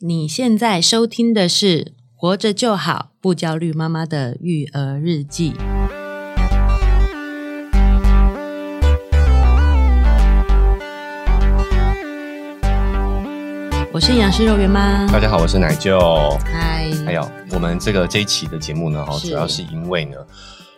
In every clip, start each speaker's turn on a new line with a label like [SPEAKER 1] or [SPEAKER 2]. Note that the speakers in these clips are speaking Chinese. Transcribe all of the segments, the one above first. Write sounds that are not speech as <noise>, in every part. [SPEAKER 1] 你现在收听的是《活着就好，不焦虑妈妈的育儿日记》。我是杨师肉圆妈，
[SPEAKER 2] 大家好，我是奶舅。
[SPEAKER 1] 嗨，
[SPEAKER 2] 还有我们这个这一期的节目呢，哈，
[SPEAKER 1] 是
[SPEAKER 2] 主要是因为呢，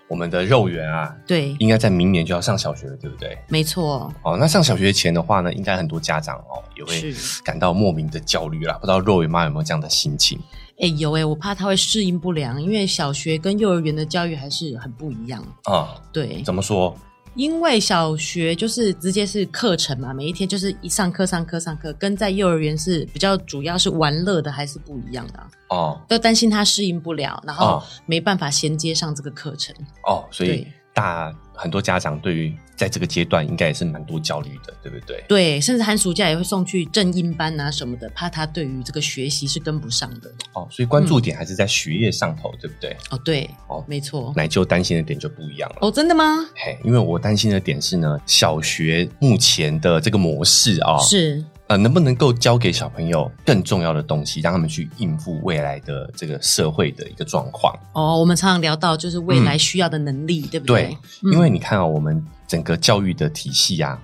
[SPEAKER 2] 我们的肉圆啊，
[SPEAKER 1] 对，
[SPEAKER 2] 应该在明年就要上小学了，对不对？
[SPEAKER 1] 没错，
[SPEAKER 2] 哦，那上小学前的话呢，应该很多家长哦也会
[SPEAKER 1] 是
[SPEAKER 2] 感到莫名的焦虑啦。不知道肉圆妈有没有这样的心情？
[SPEAKER 1] 哎、有哎、我怕他会适应不良，因为小学跟幼儿园的教育还是很不一样。
[SPEAKER 2] 啊、
[SPEAKER 1] 对，
[SPEAKER 2] 怎么说？
[SPEAKER 1] 因为小学就是直接是课程嘛，每一天就是一上课上课上课，跟在幼儿园是比较主要是玩乐的，还是不一样的啊、
[SPEAKER 2] 哦
[SPEAKER 1] 都担心他适应不了，然后
[SPEAKER 2] 哦
[SPEAKER 1] 没办法衔接上这个课程。
[SPEAKER 2] 哦，所以
[SPEAKER 1] 对
[SPEAKER 2] 大很多家长对于在这个阶段应该也是蛮多焦虑的，对不对？
[SPEAKER 1] 对，甚至寒暑假也会送去正音班啊什么的，怕他对于这个学习是跟不上的。
[SPEAKER 2] 哦，所以关
[SPEAKER 1] 嗯
[SPEAKER 2] 注点还是在学业上头，对不对？
[SPEAKER 1] 哦，对，
[SPEAKER 2] 哦
[SPEAKER 1] 没错。
[SPEAKER 2] 奶舅担心的点就不一样了。
[SPEAKER 1] 哦，真的吗？
[SPEAKER 2] 嘿，因为我担心的点是呢，小学目前的这个模式啊、
[SPEAKER 1] 是，
[SPEAKER 2] 呃，能不能够教给小朋友更重要的东西，让他们去应付未来的这个社会的一个状况？
[SPEAKER 1] 哦，我们常常聊到就是未来需要的能力，对不对
[SPEAKER 2] 嗯
[SPEAKER 1] 嗯
[SPEAKER 2] 对？因为你看啊、我们整个教育的体系啊，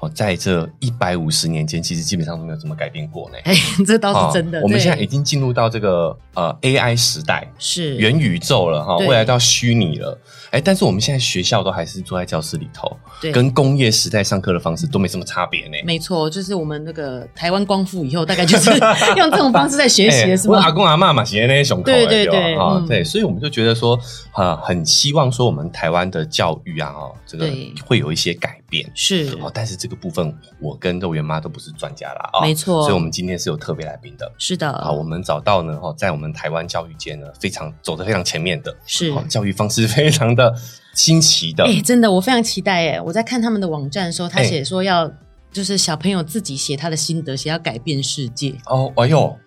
[SPEAKER 2] 哦，在这一百五十年间，其实基本上都没有怎么改变过呢。
[SPEAKER 1] 哎， <laughs> 这倒是真的。
[SPEAKER 2] 哦我们
[SPEAKER 1] 对
[SPEAKER 2] 现在已经进入到这个呃 AI 时代，
[SPEAKER 1] 是
[SPEAKER 2] 元宇宙了哈，
[SPEAKER 1] 对
[SPEAKER 2] 未来到虚拟了，哎，但是我们现在学校都还是坐在教室里头，
[SPEAKER 1] 对
[SPEAKER 2] 跟工业时代上课的方式都没什么差别呢。
[SPEAKER 1] 没错，就是我们那个台湾光复以后，大概就是 <laughs> 用这种方式在学习
[SPEAKER 2] 哎
[SPEAKER 1] 了，是
[SPEAKER 2] 我
[SPEAKER 1] 吗？
[SPEAKER 2] 阿公阿妈嘛，写那些胸口
[SPEAKER 1] 对
[SPEAKER 2] 的
[SPEAKER 1] 对
[SPEAKER 2] 吧
[SPEAKER 1] 对
[SPEAKER 2] 啊
[SPEAKER 1] 嗯，
[SPEAKER 2] 对，所以我们就觉得说，呃，很希望说我们台湾的教育啊，哦，这个
[SPEAKER 1] 对
[SPEAKER 2] 会有一些改变。
[SPEAKER 1] 是，
[SPEAKER 2] 哦，但是这个部分我跟肉圆妈都不是专家啦，啊、
[SPEAKER 1] 没错嗯
[SPEAKER 2] 所以我们今天是有特别来宾的
[SPEAKER 1] 是的，
[SPEAKER 2] 啊，我们找到呢，哦，在我们台湾教育界呢，非常走得非常前面的，
[SPEAKER 1] 是。
[SPEAKER 2] 哦，教育方式非常的新奇的，
[SPEAKER 1] 哎、真的，我非常期待哎！我在看他们的网站的时候，他
[SPEAKER 2] 哎
[SPEAKER 1] 写说要、就是小朋友自己写他的心得，写要改变世界， <laughs>
[SPEAKER 2] 哦，哎呦，
[SPEAKER 1] 我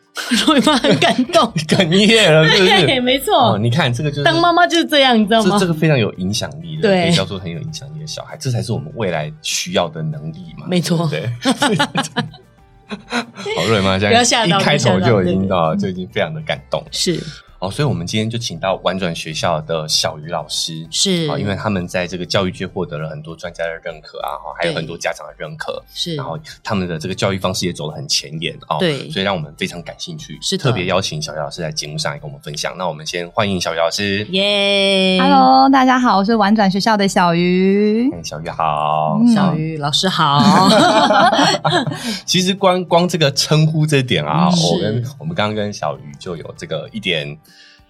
[SPEAKER 1] 妈很感
[SPEAKER 2] <laughs>
[SPEAKER 1] 动。
[SPEAKER 2] 哽咽了，是不
[SPEAKER 1] 对，<laughs>
[SPEAKER 2] 是？
[SPEAKER 1] 没
[SPEAKER 2] 哦，
[SPEAKER 1] 错，
[SPEAKER 2] 你看这个就是
[SPEAKER 1] 当妈妈就是这样，你知道吗
[SPEAKER 2] 这这？个非常有影响力的，
[SPEAKER 1] 对
[SPEAKER 2] 可以叫做很有影响力的小孩，这才是我们未来需要的能力嘛。
[SPEAKER 1] 没错
[SPEAKER 2] 对不对。 <laughs> 好，瑞妈这
[SPEAKER 1] 不要
[SPEAKER 2] 样
[SPEAKER 1] 吓
[SPEAKER 2] 一
[SPEAKER 1] 到
[SPEAKER 2] 开头
[SPEAKER 1] 不要吓到
[SPEAKER 2] 就已
[SPEAKER 1] 对
[SPEAKER 2] 经
[SPEAKER 1] 对
[SPEAKER 2] 啊，就已经非常的感动了。
[SPEAKER 1] 是
[SPEAKER 2] 哦，所以我们今天就请到玩转学校的小鱼老师。
[SPEAKER 1] 是
[SPEAKER 2] 啊，因为他们在这个教育界获得了很多专家的认可啊，哈还有
[SPEAKER 1] 对
[SPEAKER 2] 很多家长的认可，
[SPEAKER 1] 是
[SPEAKER 2] 然后他们的这个教育方式也走得很前沿哦，
[SPEAKER 1] 对
[SPEAKER 2] 所以让我们非常感兴趣，
[SPEAKER 1] 是的
[SPEAKER 2] 特别邀请小鱼老师在节目上来跟我们分享。那我们先欢迎小鱼老师，
[SPEAKER 1] 嗯耶
[SPEAKER 3] Hello，大家好，我是玩转学校的小鱼。
[SPEAKER 2] 嗯小鱼好，
[SPEAKER 3] 嗯
[SPEAKER 1] 小鱼老师好，
[SPEAKER 2] 哎其实光光这个称呼这点啊，
[SPEAKER 1] 嗯
[SPEAKER 2] 我
[SPEAKER 1] 是
[SPEAKER 2] 跟我们刚刚跟小鱼就有这个一点，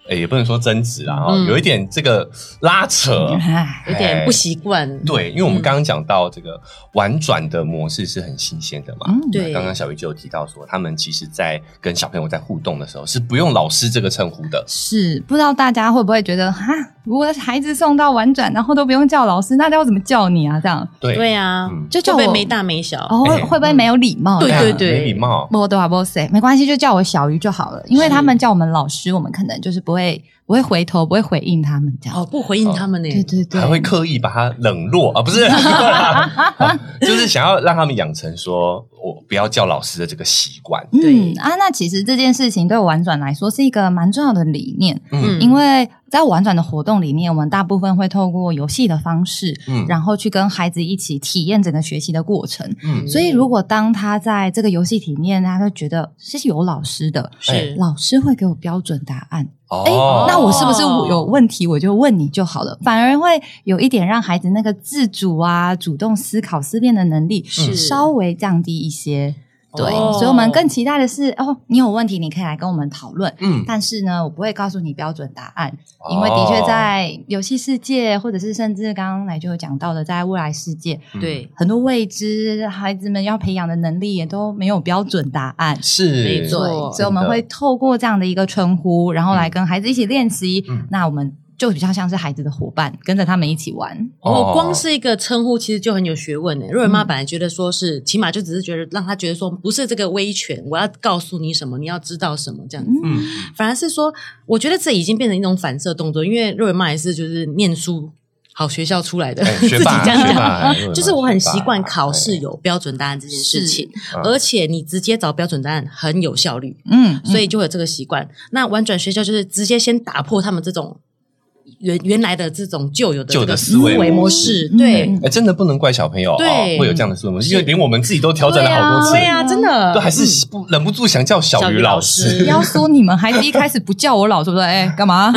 [SPEAKER 2] 呃也不能说争执啊，哦
[SPEAKER 1] 嗯
[SPEAKER 2] 有一点这个拉扯。
[SPEAKER 3] 哎，
[SPEAKER 1] <laughs> 有点不习惯。
[SPEAKER 2] <laughs> 对，因为我
[SPEAKER 1] 嗯
[SPEAKER 2] 们刚刚讲到这个婉转的模式是很新鲜的嘛。
[SPEAKER 3] 嗯
[SPEAKER 1] 对
[SPEAKER 2] 那刚刚小鱼就有提到说，他们其实在跟小朋友在互动的时候是不用老师这个称呼的。
[SPEAKER 3] 是不知道大家会不会觉得哈，如果孩子送到玩转，然后都不用叫老师，那要怎么叫你啊？这样
[SPEAKER 2] 对
[SPEAKER 1] 对啊，
[SPEAKER 2] 嗯
[SPEAKER 3] 就
[SPEAKER 1] 就
[SPEAKER 3] 叫我
[SPEAKER 1] 会没大没小。
[SPEAKER 3] 哦，会
[SPEAKER 2] 哎
[SPEAKER 3] 会不会没有礼貌？
[SPEAKER 1] 对
[SPEAKER 3] 这样
[SPEAKER 1] 对
[SPEAKER 2] 啊
[SPEAKER 1] 对
[SPEAKER 2] 没礼貌。
[SPEAKER 3] 不对啊，不塞，没关系，就叫我小鱼就好了。因为
[SPEAKER 1] 是
[SPEAKER 3] 他们叫我们老师，我们可能就是不会不会回头，不会回应他们这样。
[SPEAKER 1] 哦，不回应他们呢、
[SPEAKER 3] 对对对，
[SPEAKER 2] 还会刻意把它冷落啊，
[SPEAKER 1] <laughs>
[SPEAKER 2] 不是， <laughs> 就是想要让他们养成说我不要叫老师的这个习惯。
[SPEAKER 1] 对
[SPEAKER 3] 嗯啊，那其实这件事情对玩转来说是一个蛮重要的理念，
[SPEAKER 1] 嗯
[SPEAKER 3] 因为在玩转的活动里面，我们大部分会透过游戏的方式，
[SPEAKER 2] 嗯
[SPEAKER 3] 然后去跟孩子一起体验整个学习的过程。
[SPEAKER 2] 嗯
[SPEAKER 3] 所以，如果当他在这个游戏里面，他就觉得是有老师的，
[SPEAKER 2] 哎
[SPEAKER 1] 是
[SPEAKER 3] 老师会给我标准答案。哎、
[SPEAKER 2] 哦，
[SPEAKER 3] 那我是不是有问题我就问你就好了？反而会有一点让孩子那个自主啊、主动思考、思辨的能力
[SPEAKER 1] 是
[SPEAKER 3] 稍微降低一些。对，
[SPEAKER 1] 哦
[SPEAKER 3] 所以我们更期待的是，哦，你有问题你可以来跟我们讨论。
[SPEAKER 2] 嗯，哦
[SPEAKER 3] 但是呢，我不会告诉你标准答案，因为的确在游戏世界，或者是甚至刚刚来就有讲到的，在未来世界，
[SPEAKER 2] 嗯
[SPEAKER 1] 对，
[SPEAKER 3] 很多未知，孩子们要培养的能力也都没有标准答案。
[SPEAKER 2] 是
[SPEAKER 1] 没
[SPEAKER 3] 对
[SPEAKER 1] 错，
[SPEAKER 3] 所以我们会透过这样的一个称呼，然后来跟孩子一起练习。
[SPEAKER 2] 嗯
[SPEAKER 3] 那我们就比较像是孩子的伙伴，跟着他们一起玩。
[SPEAKER 1] 哦，
[SPEAKER 2] 哦
[SPEAKER 1] 光是一个称呼其实就很有学问呢。若尔妈
[SPEAKER 3] 嗯
[SPEAKER 1] 本来觉得说是，起码就只是觉得让他觉得说不是这个威权，我要告诉你什么，你要知道什么这样子。 <laughs>
[SPEAKER 3] 嗯，
[SPEAKER 2] 嗯
[SPEAKER 1] 反而是说，我觉得这已经变成一种反射动作，因为若尔妈也是就是念书好学校出来的，
[SPEAKER 2] 哎
[SPEAKER 1] <laughs> 自己
[SPEAKER 2] 学霸
[SPEAKER 1] 这样
[SPEAKER 2] 学
[SPEAKER 1] 讲。
[SPEAKER 2] 霸，哎
[SPEAKER 1] <laughs> 就是我很习惯考试，
[SPEAKER 2] 有
[SPEAKER 1] 有标准答案这件事情，
[SPEAKER 2] 嗯
[SPEAKER 1] 而且你直接找标准答案很有效率，
[SPEAKER 3] 嗯，
[SPEAKER 1] 所以就会有这个习惯。那玩转学校就是直接先打破他们这种原原来的这种旧有的
[SPEAKER 2] 旧的
[SPEAKER 1] 这个
[SPEAKER 2] 思维模
[SPEAKER 1] 模
[SPEAKER 3] 式
[SPEAKER 1] 式，
[SPEAKER 3] 嗯
[SPEAKER 1] 对。
[SPEAKER 2] 哎，真的不能怪小朋友哦
[SPEAKER 1] 对
[SPEAKER 2] 会有这样的思维模式，因为连我们自己都调整了好多次
[SPEAKER 1] 对，呀、真的嗯
[SPEAKER 2] 都还是不忍不住想叫小鱼老师。
[SPEAKER 1] 小
[SPEAKER 3] 不
[SPEAKER 1] 鱼老
[SPEAKER 3] 要说你们，还是一开始不叫我老，对 <laughs> 不对？哎，干嘛？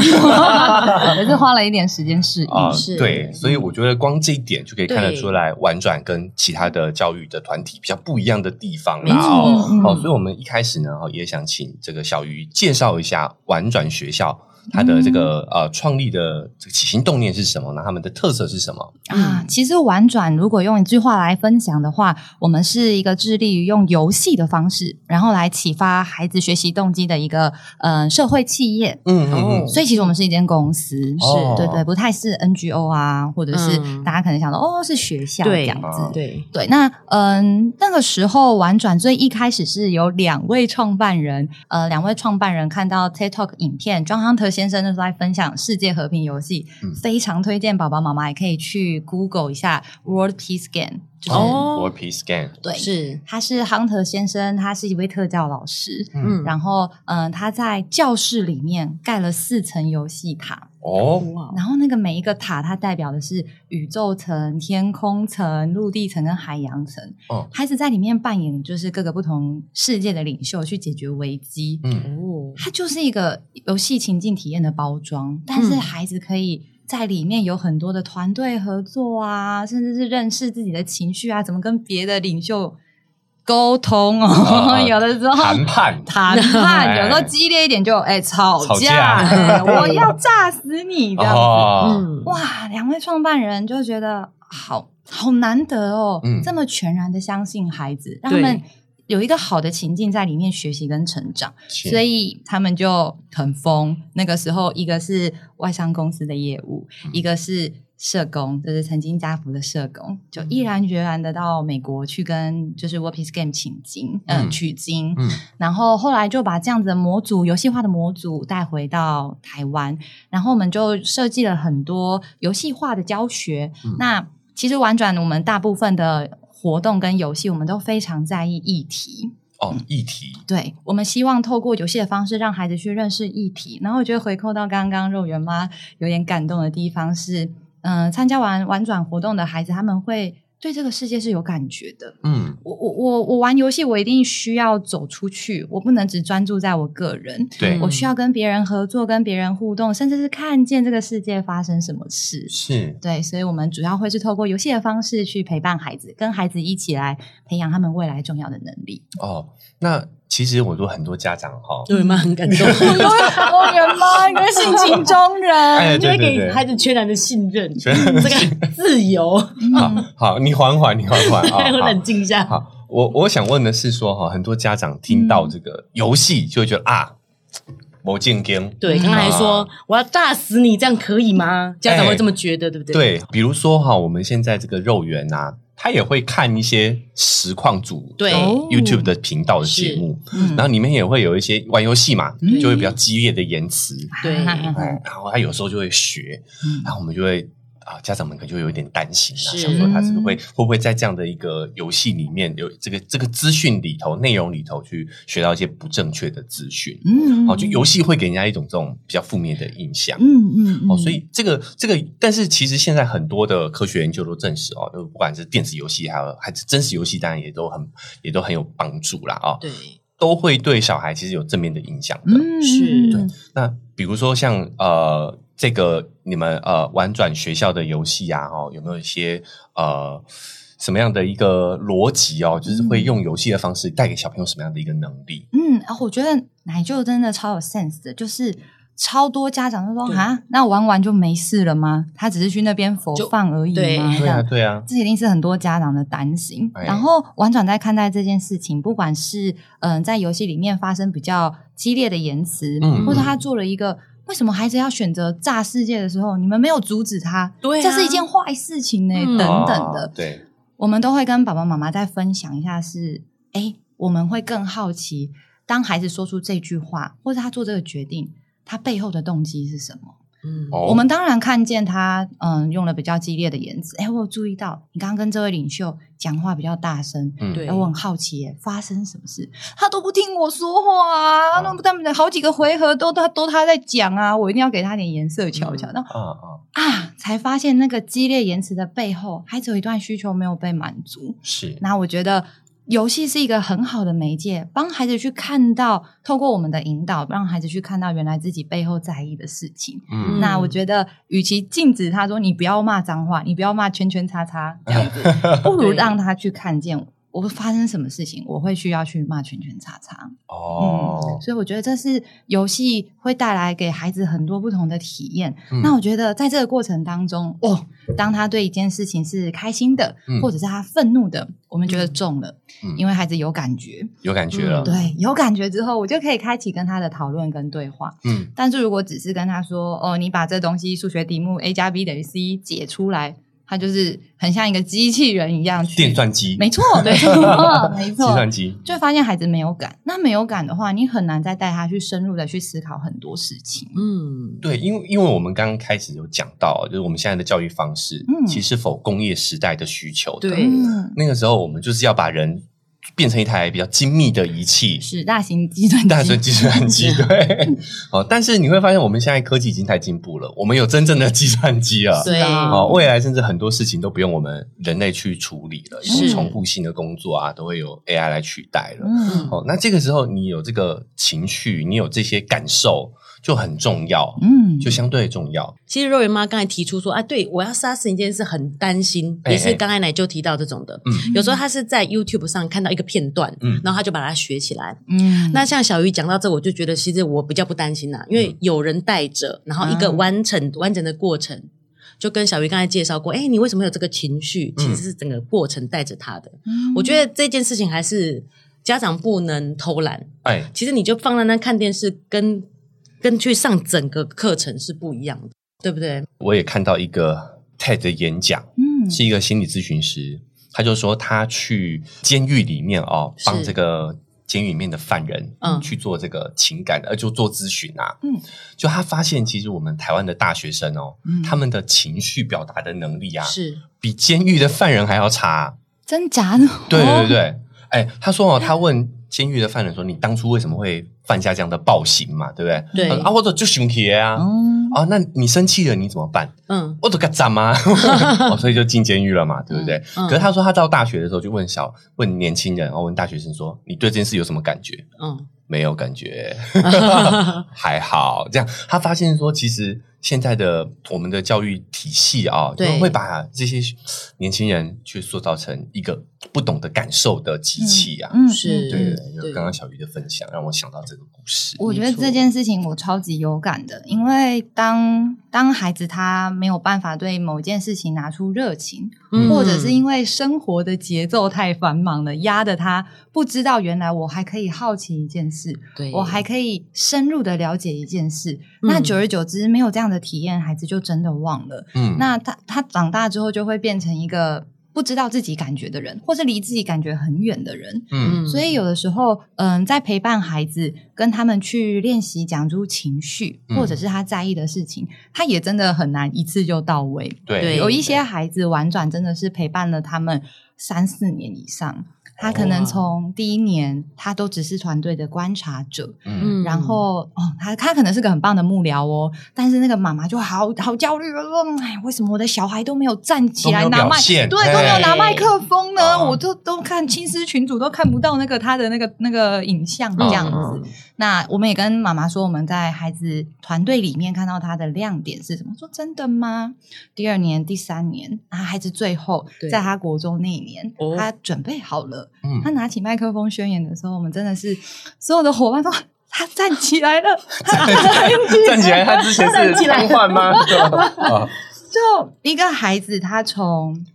[SPEAKER 3] 也是花了一点时间适应。
[SPEAKER 2] 啊、
[SPEAKER 1] 嗯是
[SPEAKER 2] 对，所以我觉得光这一点就可以看得出来，玩转跟其他的教育的团体比较不一样的地方啦
[SPEAKER 1] 没错
[SPEAKER 2] 哦。
[SPEAKER 3] 嗯
[SPEAKER 2] 哦，所以我们一开始呢，哦也想请这个小鱼介绍一下玩转学校它的这
[SPEAKER 3] 嗯
[SPEAKER 2] 个、呃创立的这个起心动念是什么呢？他们的特色是什么？
[SPEAKER 3] 啊
[SPEAKER 1] 嗯，
[SPEAKER 3] 其实玩转如果用一句话来分享的话，我们是一个致力于用游戏的方式，然后来启发孩子学习动机的一个呃社会企业。
[SPEAKER 2] 嗯
[SPEAKER 1] 哦
[SPEAKER 3] 所以其实我们是一间公司，
[SPEAKER 2] 哦
[SPEAKER 3] 对对，不太是 NGO 啊，或者是
[SPEAKER 1] 嗯
[SPEAKER 3] 大家可能想到、哦是学校这
[SPEAKER 1] 对
[SPEAKER 3] 样子。
[SPEAKER 2] 啊
[SPEAKER 1] 对，
[SPEAKER 3] 对，那嗯，那个时候玩转最一开始是有两位创办人，呃，两位创办人看到 TikTok 影片，John Hunter 先生那时候在分享世界和平游戏，
[SPEAKER 2] 嗯
[SPEAKER 3] 非常推荐爸爸妈妈也可以去 Google 一下 World Peace Game，就是、
[SPEAKER 1] 哦
[SPEAKER 2] w o r d p e a c Scan，
[SPEAKER 3] 对，
[SPEAKER 1] 是，
[SPEAKER 3] 他是 Hunter 先生，他是一位特教老师，
[SPEAKER 1] 嗯，
[SPEAKER 3] 然后嗯、呃他在教室里面盖了四层游戏塔，
[SPEAKER 2] 哦，
[SPEAKER 1] 哇，
[SPEAKER 3] 然后那个每一个塔，它代表的是宇宙层、天空层、陆地层跟海洋层。
[SPEAKER 2] 哦
[SPEAKER 3] 孩子在里面扮演就是各个不同世界的领袖，去解决危机。
[SPEAKER 2] 嗯，
[SPEAKER 1] 哦，
[SPEAKER 3] 它就是一个游戏情境体验的包装，但
[SPEAKER 2] 嗯
[SPEAKER 3] 是孩子可以在里面有很多的团队合作啊，甚至是认识自己的情绪啊，怎么跟别的领袖沟通哦。
[SPEAKER 2] 啊
[SPEAKER 3] <laughs> 有的时候
[SPEAKER 2] 谈判，<laughs>
[SPEAKER 3] 谈
[SPEAKER 2] 哎
[SPEAKER 3] 判，有时候激烈一点就哎、吵
[SPEAKER 2] 吵
[SPEAKER 3] 架，
[SPEAKER 2] 架
[SPEAKER 3] 哎我要炸死你这样子。
[SPEAKER 2] 哦，
[SPEAKER 1] 嗯，
[SPEAKER 3] 哇，两位创办人就觉得好好难得哦，
[SPEAKER 2] 嗯
[SPEAKER 3] 这么全然的相信孩子，让他
[SPEAKER 1] 对
[SPEAKER 3] 们有一个好的情境在里面学习跟成长，
[SPEAKER 2] 所
[SPEAKER 3] 所以他们就很疯。那个时候，一个是外商公司的业务，一个是。社工就是曾经家福的社工，就毅然决然的到美国去跟就是 w o r p i s Game 请经，嗯、
[SPEAKER 2] 嗯
[SPEAKER 3] 取经，
[SPEAKER 2] 嗯
[SPEAKER 3] 然后后来就把这样子的模组游戏化的模组带回到台湾，然后我们就设计了很多游戏化的教学。
[SPEAKER 2] 嗯
[SPEAKER 3] 那其实玩转我们大部分的活动跟游戏，我们都非常在意议题。
[SPEAKER 2] 哦，议题，
[SPEAKER 3] 对，我们希望透过游戏的方式让孩子去认识议题。然后我觉得回扣到刚刚肉圆妈有点感动的地方是，嗯、参加完玩转活动的孩子，他们会对这个世界是有感觉的。
[SPEAKER 2] 嗯
[SPEAKER 3] 我我我我玩游戏，我一定需要走出去，我不能只专注在我个人，
[SPEAKER 2] 对
[SPEAKER 1] 嗯
[SPEAKER 3] 我需要跟别人合作，跟别人互动，甚至是看见这个世界发生什么事。
[SPEAKER 2] 是，
[SPEAKER 3] 对，所以我们主要会是透过游戏的方式去陪伴孩子，跟孩子一起来培养他们未来重要的能力。 <laughs>
[SPEAKER 2] 哦，那其实我说很多家长哈、哦，
[SPEAKER 1] 对吗？很感动，
[SPEAKER 3] 我人妈，一个性情中
[SPEAKER 2] <laughs>
[SPEAKER 3] 人，
[SPEAKER 2] 哎，
[SPEAKER 1] 就
[SPEAKER 2] 对
[SPEAKER 1] 会
[SPEAKER 2] 对对
[SPEAKER 1] 给，孩子全然的信任，
[SPEAKER 2] 全
[SPEAKER 1] 这
[SPEAKER 2] 然的
[SPEAKER 1] <laughs> 个自由，
[SPEAKER 3] 嗯
[SPEAKER 2] 好好，你缓缓，你缓缓
[SPEAKER 1] 我
[SPEAKER 3] <laughs>
[SPEAKER 2] 啊。
[SPEAKER 1] 冷静一下
[SPEAKER 2] 好，好，我我想问的是说哈，很多家长听到
[SPEAKER 1] 嗯
[SPEAKER 2] 这个游戏就会觉得啊，某进game。
[SPEAKER 1] 对，
[SPEAKER 3] 嗯
[SPEAKER 1] 刚才
[SPEAKER 2] 啊
[SPEAKER 1] 说我要炸死你，这样可以吗？家长会这么觉得，对不对？，
[SPEAKER 2] 哎对，比如说哈，我们现在这个肉圆啊，他也会看一些实况组的
[SPEAKER 1] 对哦
[SPEAKER 2] YouTube 的频道的节目，
[SPEAKER 3] 嗯
[SPEAKER 2] 然后里面也会有一些玩游戏嘛，
[SPEAKER 3] 嗯
[SPEAKER 2] 就会比较激烈的言辞，
[SPEAKER 1] 对嗯
[SPEAKER 2] 哎，然后他有时候就会学，
[SPEAKER 3] 嗯
[SPEAKER 2] 然后我们就会啊，家长们可能就有一点担心啊，
[SPEAKER 1] 是
[SPEAKER 2] 想说他是不是会
[SPEAKER 3] 嗯
[SPEAKER 2] 会不会在这样的一个游戏里面有这个这个资讯里头内容里头去学到一些不正确的资讯，
[SPEAKER 3] 嗯
[SPEAKER 2] 哦，就游戏会给人家一种这种比较负面的印象。
[SPEAKER 3] 嗯嗯嗯
[SPEAKER 2] 哦，所以这个这个，但是其实现在很多的科学研究都证实哦，就不管是电子游戏，还有还是真实游戏，当然也都很也都很有帮助啦哦，
[SPEAKER 1] 对，
[SPEAKER 2] 都会对小孩其实有正面的影响的。
[SPEAKER 3] 嗯
[SPEAKER 1] 是
[SPEAKER 3] 嗯
[SPEAKER 2] 那比如说像呃，这个你们呃玩转学校的游戏啊，哦，有没有一些呃什么样的一个逻辑哦，就是会用游戏的方式带给小朋友什么样的一个能力？
[SPEAKER 3] 嗯，啊，我觉得奶舅真的超有 sense 的，就是超多家长都说
[SPEAKER 1] 对
[SPEAKER 3] 啊，那玩完就没事了吗？他只是去那边佛
[SPEAKER 1] 就
[SPEAKER 3] 放而已
[SPEAKER 1] 对 <laughs>
[SPEAKER 3] 吗？这
[SPEAKER 2] 对啊，
[SPEAKER 3] 样。
[SPEAKER 2] 对啊，
[SPEAKER 3] 这一定是很多家长的担心。
[SPEAKER 2] 哎
[SPEAKER 3] 然后婉转在看待这件事情，不管是嗯、呃在游戏里面发生比较激烈的言辞，
[SPEAKER 2] 嗯
[SPEAKER 3] 或者他做了一个为什么孩子要选择炸世界的时候，你们没有阻止他，
[SPEAKER 1] 对啊
[SPEAKER 3] 这是一件坏事情呢、
[SPEAKER 1] 嗯
[SPEAKER 3] 等等
[SPEAKER 2] 啊
[SPEAKER 3] 的。
[SPEAKER 2] 对，
[SPEAKER 3] 我们都会跟爸爸妈妈再分享一下是，哎，我们会更好奇，当孩子说出这句话，或者他做这个决定，他背后的动机是什么？
[SPEAKER 1] 嗯
[SPEAKER 2] 哦
[SPEAKER 3] 我们当然看见他，嗯，用了比较激烈的言辞。哎，我有注意到你刚刚跟这位领袖讲话比较大声，
[SPEAKER 2] 嗯
[SPEAKER 1] 对
[SPEAKER 3] 哎，我很好奇，耶，发生什么事？他都不听我说话
[SPEAKER 2] 哦
[SPEAKER 3] 啊！那么他们好几个回合都他都他在讲啊，我一定要给他点颜色瞧瞧。
[SPEAKER 1] 嗯
[SPEAKER 3] 那
[SPEAKER 2] 啊啊，
[SPEAKER 3] 啊，才发现那个激烈言辞的背后，还只有一段需求没有被满足。
[SPEAKER 2] 是
[SPEAKER 3] 那我觉得游戏是一个很好的媒介，帮孩子去看到，透过我们的引导，让孩子去看到原来自己背后在意的事情。
[SPEAKER 2] 嗯
[SPEAKER 3] 那我觉得，与其禁止他说你不要骂脏话，你不要骂圈圈叉叉这样子，不如
[SPEAKER 1] 对
[SPEAKER 3] 让他去看见我发生什么事情，我会需要去骂圈圈叉叉。
[SPEAKER 2] 哦，
[SPEAKER 3] 嗯所以我觉得这是游戏会带来给孩子很多不同的体验。
[SPEAKER 2] 嗯
[SPEAKER 3] 那我觉得在这个过程当中，哦，当他对一件事情是开心的，
[SPEAKER 2] 嗯
[SPEAKER 3] 或者是他愤怒的，我们觉得中了，
[SPEAKER 2] 嗯
[SPEAKER 3] 因为孩子有感觉。
[SPEAKER 2] 有感觉了，
[SPEAKER 1] 嗯
[SPEAKER 3] 对，有感觉之后，我就可以开启跟他的讨论跟对话。
[SPEAKER 2] 嗯
[SPEAKER 3] 但是如果只是跟他说，哦，你把这东西数学题目 a 加 b 等于 c 解出来，他就是很像一个机器人一样去
[SPEAKER 2] 电钻机，
[SPEAKER 3] 没错，
[SPEAKER 2] <laughs>
[SPEAKER 3] 没错，没
[SPEAKER 2] 计
[SPEAKER 3] 错，
[SPEAKER 2] 算机，
[SPEAKER 3] 就会发现孩子没有感。那没有感的话，你很难再带他去深入的去思考很多事情。
[SPEAKER 1] 嗯，
[SPEAKER 2] 对，因为因为我们刚刚开始有讲到，就是我们现在的教育方式，
[SPEAKER 3] 嗯
[SPEAKER 2] 其实否工业时代的需求的，
[SPEAKER 1] 对
[SPEAKER 3] 嗯，
[SPEAKER 2] 那个时候我们就是要把人变成一台比较精密的仪
[SPEAKER 3] <laughs>
[SPEAKER 2] 器，
[SPEAKER 3] 是大型计算机，
[SPEAKER 2] 大神计算机，对，哦，但是你会发现，我们现在科技已经太进步了，我们有真正的计算机了。
[SPEAKER 1] 对
[SPEAKER 3] 是啊
[SPEAKER 2] 哦，未来甚至很多事情都不用我们人类去处理了，因为
[SPEAKER 1] 是
[SPEAKER 2] 重复性的工作啊，都会有 AI 来取代了。
[SPEAKER 3] 嗯
[SPEAKER 2] 哦，那这个时候你有这个情绪，你有这些感受，就很重要，
[SPEAKER 3] 嗯，
[SPEAKER 2] 就相对重要。
[SPEAKER 1] 其实肉圆妈刚才提出说，啊，对我要杀死你这件事很担心，
[SPEAKER 2] 哎
[SPEAKER 1] 也是刚才奶就提到这种的。
[SPEAKER 2] 嗯
[SPEAKER 1] 有时候她是在 YouTube 上看到一个片段，
[SPEAKER 2] 嗯
[SPEAKER 1] 然后她就把它学起来。
[SPEAKER 3] 嗯，
[SPEAKER 1] 那像小鱼讲到这，我就觉得其实我比较不担心
[SPEAKER 2] 嗯
[SPEAKER 1] 啦、因为有人带着，然后一个
[SPEAKER 3] 嗯
[SPEAKER 1] 完整、完整的过程，就跟小鱼刚才介绍过，哎，你为什么有这个情
[SPEAKER 2] 嗯
[SPEAKER 1] 绪？其实是整个过程带着他的。我觉得这件事情还是家长不能偷懒，
[SPEAKER 2] 哎，
[SPEAKER 1] 其实你就放在那看电视，跟跟去上整个课程是不一样的，对不对？
[SPEAKER 2] 我也看到一个 TED 的演讲，
[SPEAKER 3] 嗯
[SPEAKER 2] 是一个心理咨询师，他就说他去监狱里面哦，
[SPEAKER 1] 是
[SPEAKER 2] 帮这个监狱里面的犯人，
[SPEAKER 1] 嗯
[SPEAKER 2] 去做这个情感的，呃，就做咨询啊，
[SPEAKER 3] 嗯，
[SPEAKER 2] 就他发现其实我们台湾的大学生哦，
[SPEAKER 3] 嗯
[SPEAKER 2] 他们的情绪表达的能力啊，
[SPEAKER 1] 是
[SPEAKER 2] 比监狱的犯人还要差。啊
[SPEAKER 3] 真假的，
[SPEAKER 2] 对对
[SPEAKER 3] 哦，
[SPEAKER 2] 对，哎，他说哦，他
[SPEAKER 1] 嗯
[SPEAKER 2] 问监狱的犯人说，你当初为什么会犯下这样的暴行嘛？对不对？
[SPEAKER 1] 对哦
[SPEAKER 2] 他说啊，我就凶铁啊。
[SPEAKER 3] 嗯
[SPEAKER 2] 啊，那你生气了，你怎么办？
[SPEAKER 1] 嗯，
[SPEAKER 2] 我都该怎
[SPEAKER 3] <laughs>
[SPEAKER 2] 么？哦，所以就进监狱了嘛，对不对？
[SPEAKER 1] 嗯
[SPEAKER 2] 可是他说他到大学的时候就问小问年轻人，然哦后问大学生说：“你对这件事有什么感觉？”
[SPEAKER 1] 嗯，
[SPEAKER 2] 没有感
[SPEAKER 3] <laughs>
[SPEAKER 2] 觉，还好。这样他发现说，其实现在的我们的教育体系啊，
[SPEAKER 1] 对
[SPEAKER 2] 就会把这些年轻人去塑造成一个不懂得感受的机器啊。
[SPEAKER 3] 嗯
[SPEAKER 1] 是
[SPEAKER 2] 对，
[SPEAKER 1] 嗯
[SPEAKER 2] 就
[SPEAKER 1] 对
[SPEAKER 2] 刚刚小鱼的分享让我想到这个故事。
[SPEAKER 3] 我觉得
[SPEAKER 1] 没错
[SPEAKER 3] 这件事情我超级有感的，因为当当孩子他没有办法对某件事情拿出热情，
[SPEAKER 1] 嗯
[SPEAKER 3] 或者是因为生活的节奏太繁忙了，压得他不知道原来我还可以好奇一件事，
[SPEAKER 1] 对
[SPEAKER 3] 我还可以深入的了解一件事。
[SPEAKER 1] 嗯
[SPEAKER 3] 那久而久之，没有这样的体验，孩子就真的忘了。
[SPEAKER 2] 嗯
[SPEAKER 3] 那他他长大之后就会变成一个不知道自己感觉的人，或是离自己感觉很远的人。
[SPEAKER 2] 嗯
[SPEAKER 3] 所以有的时候，嗯，在陪伴孩子跟他们去练习讲出情绪，
[SPEAKER 2] 嗯
[SPEAKER 3] 或者是他在意的事情，他也真的很难一次就到位。
[SPEAKER 2] 对
[SPEAKER 1] 对
[SPEAKER 3] 有一些孩子婉转真的是陪伴了他们三四年以上，他可能
[SPEAKER 2] 哇
[SPEAKER 3] 从第一年他都只是团队的观察者，
[SPEAKER 2] 嗯
[SPEAKER 3] 然后哦，他他可能是个很棒的幕僚哦，但是那个妈妈就好好焦虑了，说：“哎，为什么我的小孩都没有站起来
[SPEAKER 2] 都没有
[SPEAKER 3] 拿
[SPEAKER 2] 表
[SPEAKER 3] 麦？
[SPEAKER 2] 现
[SPEAKER 3] 对，都没有拿
[SPEAKER 1] 嘿
[SPEAKER 3] 麦克风呢？
[SPEAKER 2] 啊
[SPEAKER 3] 我都都看亲师群组都看不到那个他的那个那个影像这样子。
[SPEAKER 1] 嗯
[SPEAKER 3] 那我们也跟妈妈说，我们在孩子团队里面看到他的亮点是什么？说真的吗？第二年、第三年，啊，孩子最后
[SPEAKER 1] 对
[SPEAKER 3] 在他国中那一年，
[SPEAKER 1] 哦
[SPEAKER 3] 他准备好了。
[SPEAKER 2] 嗯
[SPEAKER 3] 他拿起麦克风宣言的时候，我们真的是所有的伙伴都他站起来了，他
[SPEAKER 2] <laughs> 站起来，他之前是瘫痪吗？啊
[SPEAKER 3] 就一个孩子，他从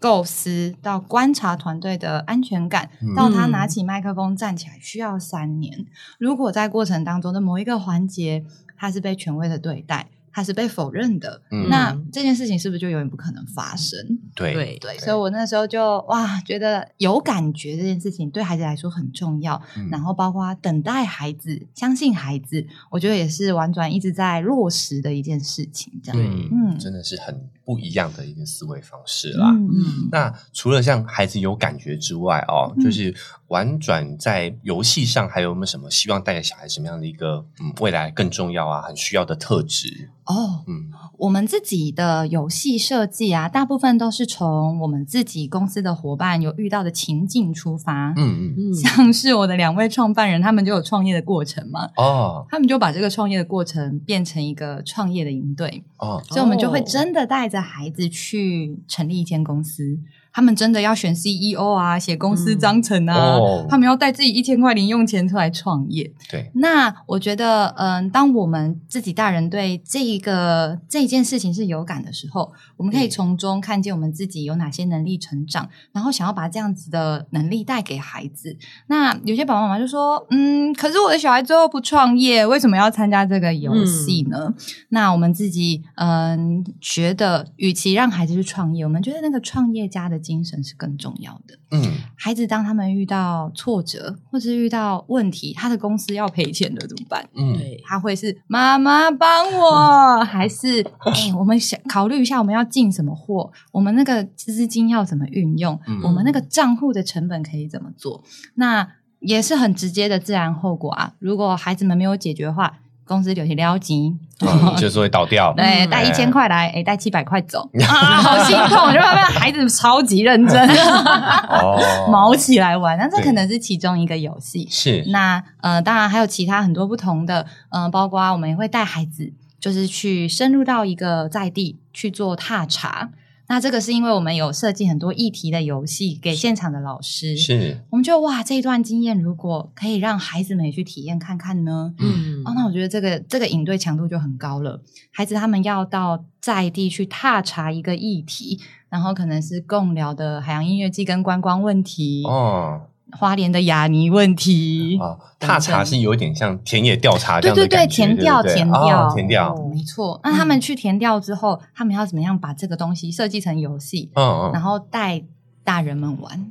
[SPEAKER 3] 构思到观察团队的安全感，
[SPEAKER 2] 嗯
[SPEAKER 3] 到他拿起麦克风站起来，需要三年。如果在过程当中的某一个环节，他是被权威的对待。它是被否认的。
[SPEAKER 2] <laughs> 嗯
[SPEAKER 3] 那这件事情是不是就永远不可能发生？
[SPEAKER 2] 对
[SPEAKER 1] 对
[SPEAKER 3] 对，所以我那时候就哇，觉得有感觉这件事情对孩子来说很重要。
[SPEAKER 2] 嗯
[SPEAKER 3] 然后包括等待孩子、相信孩子，我觉得也是婉转一直在落实的一件事情。这样，
[SPEAKER 2] 对，
[SPEAKER 3] 嗯
[SPEAKER 2] 真的是很不一样的一个思维方式啦。
[SPEAKER 3] 嗯
[SPEAKER 2] 那除了让孩子有感觉之外哦，
[SPEAKER 3] 嗯
[SPEAKER 2] 就是婉转在游戏上还有没有什么希望带给小孩什么样的一个嗯未来更重要啊，很需要的特质？
[SPEAKER 3] 哦，
[SPEAKER 2] 嗯
[SPEAKER 3] 我们自己的游戏设计啊，大部分都是从我们自己公司的伙伴有遇到的情境出发。
[SPEAKER 2] 嗯嗯
[SPEAKER 1] 嗯
[SPEAKER 3] 像是我的两位创办人，他们就有创业的过程嘛，
[SPEAKER 2] 哦
[SPEAKER 3] 他们就把这个创业的过程变成一个创业的营队，
[SPEAKER 2] 哦
[SPEAKER 3] 所以我们就会
[SPEAKER 1] 哦
[SPEAKER 3] 真的带着孩子去成立一间公司。他们真的要选 CEO 啊，写公司
[SPEAKER 1] 嗯
[SPEAKER 3] 章程啊，
[SPEAKER 2] 哦
[SPEAKER 3] 他们要带自己一千块零用钱出来创业。
[SPEAKER 2] 对
[SPEAKER 3] 那我觉得，嗯，当我们自己大人对这一个这一件事情是有感的时候，我们可以
[SPEAKER 1] 嗯
[SPEAKER 3] 从中看见我们自己有哪些能力成长，然后想要把这样子的能力带给孩子。那有些爸爸妈妈就说，嗯，可是我的小孩最后不创业，为什么要参加这个游戏呢？那我们自己，嗯，觉得与其让孩子去创业，我们觉得那个创业家的精神是更重要的。
[SPEAKER 2] 嗯
[SPEAKER 3] 孩子当他们遇到挫折或是遇到问题，他的公司要赔钱了怎么办？
[SPEAKER 2] 嗯
[SPEAKER 1] 对，
[SPEAKER 3] 他会是妈妈帮我，还是哎、我们想考虑一下我们要进什么货，我们那个资金要怎么运用，
[SPEAKER 2] 嗯
[SPEAKER 3] 我们那个账户的成本可以怎么做？那也是很直接的自然后果啊。如果孩子们没有解决的话，公司有些撩急，
[SPEAKER 2] 嗯，就是会倒
[SPEAKER 3] <laughs>
[SPEAKER 2] 掉。
[SPEAKER 3] 对，
[SPEAKER 1] 嗯
[SPEAKER 3] 带一千块来，哎，带七百块走，啊，好心痛！就发现孩子超级认真，
[SPEAKER 2] 哦
[SPEAKER 3] 毛起来玩，那这
[SPEAKER 2] 对
[SPEAKER 3] 可能是其中一个游戏。
[SPEAKER 2] 是
[SPEAKER 3] 那呃，当然还有其他很多不同的，呃，包括我们也会带孩子，就是去深入到一个在地去做踏查。那这个是因为我们有设计很多议题的游戏给现场的老师，
[SPEAKER 2] 是
[SPEAKER 3] 我们觉得哇，这一段经验如果可以让孩子们也去体验看看呢，
[SPEAKER 1] 嗯
[SPEAKER 3] 哦，那我觉得这个这个营队强度就很高了。孩子他们要到在地去踏查一个议题，然后可能是共聊的海洋音乐季跟观光问题，
[SPEAKER 2] 哦
[SPEAKER 3] 花莲的雅尼问题。
[SPEAKER 2] 啊，踏查是有点像田野调查这样
[SPEAKER 3] 对
[SPEAKER 2] 的
[SPEAKER 3] 对
[SPEAKER 2] 感觉，对
[SPEAKER 3] 对田调
[SPEAKER 2] 不对
[SPEAKER 3] 田
[SPEAKER 2] 哦
[SPEAKER 3] 调
[SPEAKER 2] 田调，
[SPEAKER 3] 没错，那他们去填掉之后，他们要怎么样把这个东西设计成游戏，
[SPEAKER 2] 嗯嗯，
[SPEAKER 3] 然后带大人们玩？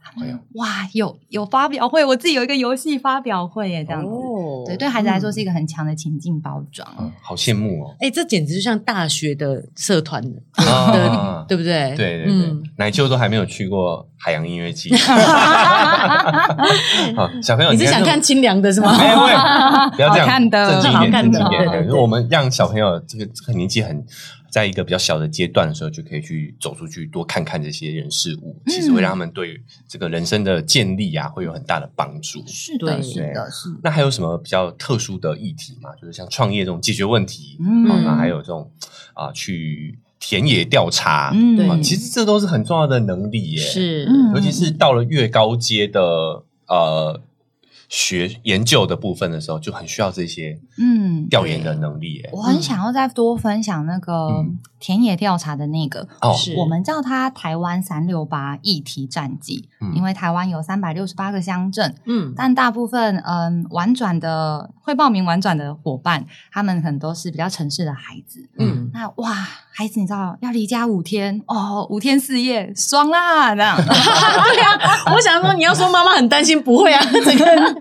[SPEAKER 3] 他
[SPEAKER 2] 哎呦
[SPEAKER 3] 们哇，有有发表会，我自己有一个游戏发表会耶，这样子。
[SPEAKER 1] 哦
[SPEAKER 3] 对，对孩子来说
[SPEAKER 1] 嗯
[SPEAKER 3] 是一个很强的情境包装。
[SPEAKER 2] 嗯好羡慕哦。
[SPEAKER 1] 哎、这简直就像大学的社团的，
[SPEAKER 2] 啊
[SPEAKER 1] <laughs> 对不对？
[SPEAKER 2] 对对对，
[SPEAKER 1] 嗯
[SPEAKER 2] 奶舅都还没有去过海洋音乐季。 <laughs> 啊，小朋友，
[SPEAKER 1] 你是想
[SPEAKER 2] <laughs>
[SPEAKER 1] 看
[SPEAKER 2] 这
[SPEAKER 1] 清凉的是吗？
[SPEAKER 2] 种？没
[SPEAKER 1] <laughs>
[SPEAKER 2] 有，喂不要这样，
[SPEAKER 3] 好看
[SPEAKER 2] 正
[SPEAKER 3] 的
[SPEAKER 2] 经一
[SPEAKER 1] 好
[SPEAKER 2] 点，
[SPEAKER 1] 看
[SPEAKER 2] 正
[SPEAKER 1] 的
[SPEAKER 2] 经一
[SPEAKER 1] 对
[SPEAKER 2] 点。
[SPEAKER 1] 对
[SPEAKER 2] 对
[SPEAKER 1] 对
[SPEAKER 2] 因为我们让小朋友这个这个年纪很，在一个比较小的阶段的时候，就可以去走出去多看看这些人事物，其实会让他们对于这个人生的建立啊，会有很大的帮助。
[SPEAKER 3] 是
[SPEAKER 1] 对
[SPEAKER 3] 的，是的。
[SPEAKER 2] 那还有什么比较特殊的议题吗？就是像创业这种解决问题，
[SPEAKER 3] 嗯
[SPEAKER 2] 哦，那还有这种啊、去田野调查，
[SPEAKER 3] 嗯
[SPEAKER 2] 啊
[SPEAKER 1] 对
[SPEAKER 2] 其实这都是很重要的能力耶。
[SPEAKER 1] 是，
[SPEAKER 3] 嗯
[SPEAKER 2] 尤其是到了越高阶的呃学研究的部分的时候，就很需要这些
[SPEAKER 3] 嗯，
[SPEAKER 2] 调研的能力耶。
[SPEAKER 3] 我很想要再多分享那个
[SPEAKER 2] 嗯
[SPEAKER 3] 田野调查的那个，
[SPEAKER 2] 哦，
[SPEAKER 1] 是
[SPEAKER 3] 我们叫它台湾三六八议题战绩，
[SPEAKER 2] 嗯
[SPEAKER 3] 因为台湾有三百六十八个乡镇，
[SPEAKER 1] 嗯，
[SPEAKER 3] 但大部分嗯婉转的会报名婉转的伙伴，他们很多是比较城市的孩子。
[SPEAKER 1] 嗯，
[SPEAKER 3] 那哇，孩子，你知道要离家五天哦，五天四夜，爽啦！这样，
[SPEAKER 1] <laughs> 对啊，我想说你要说妈妈很担心，不会啊，整
[SPEAKER 3] <laughs>
[SPEAKER 1] 个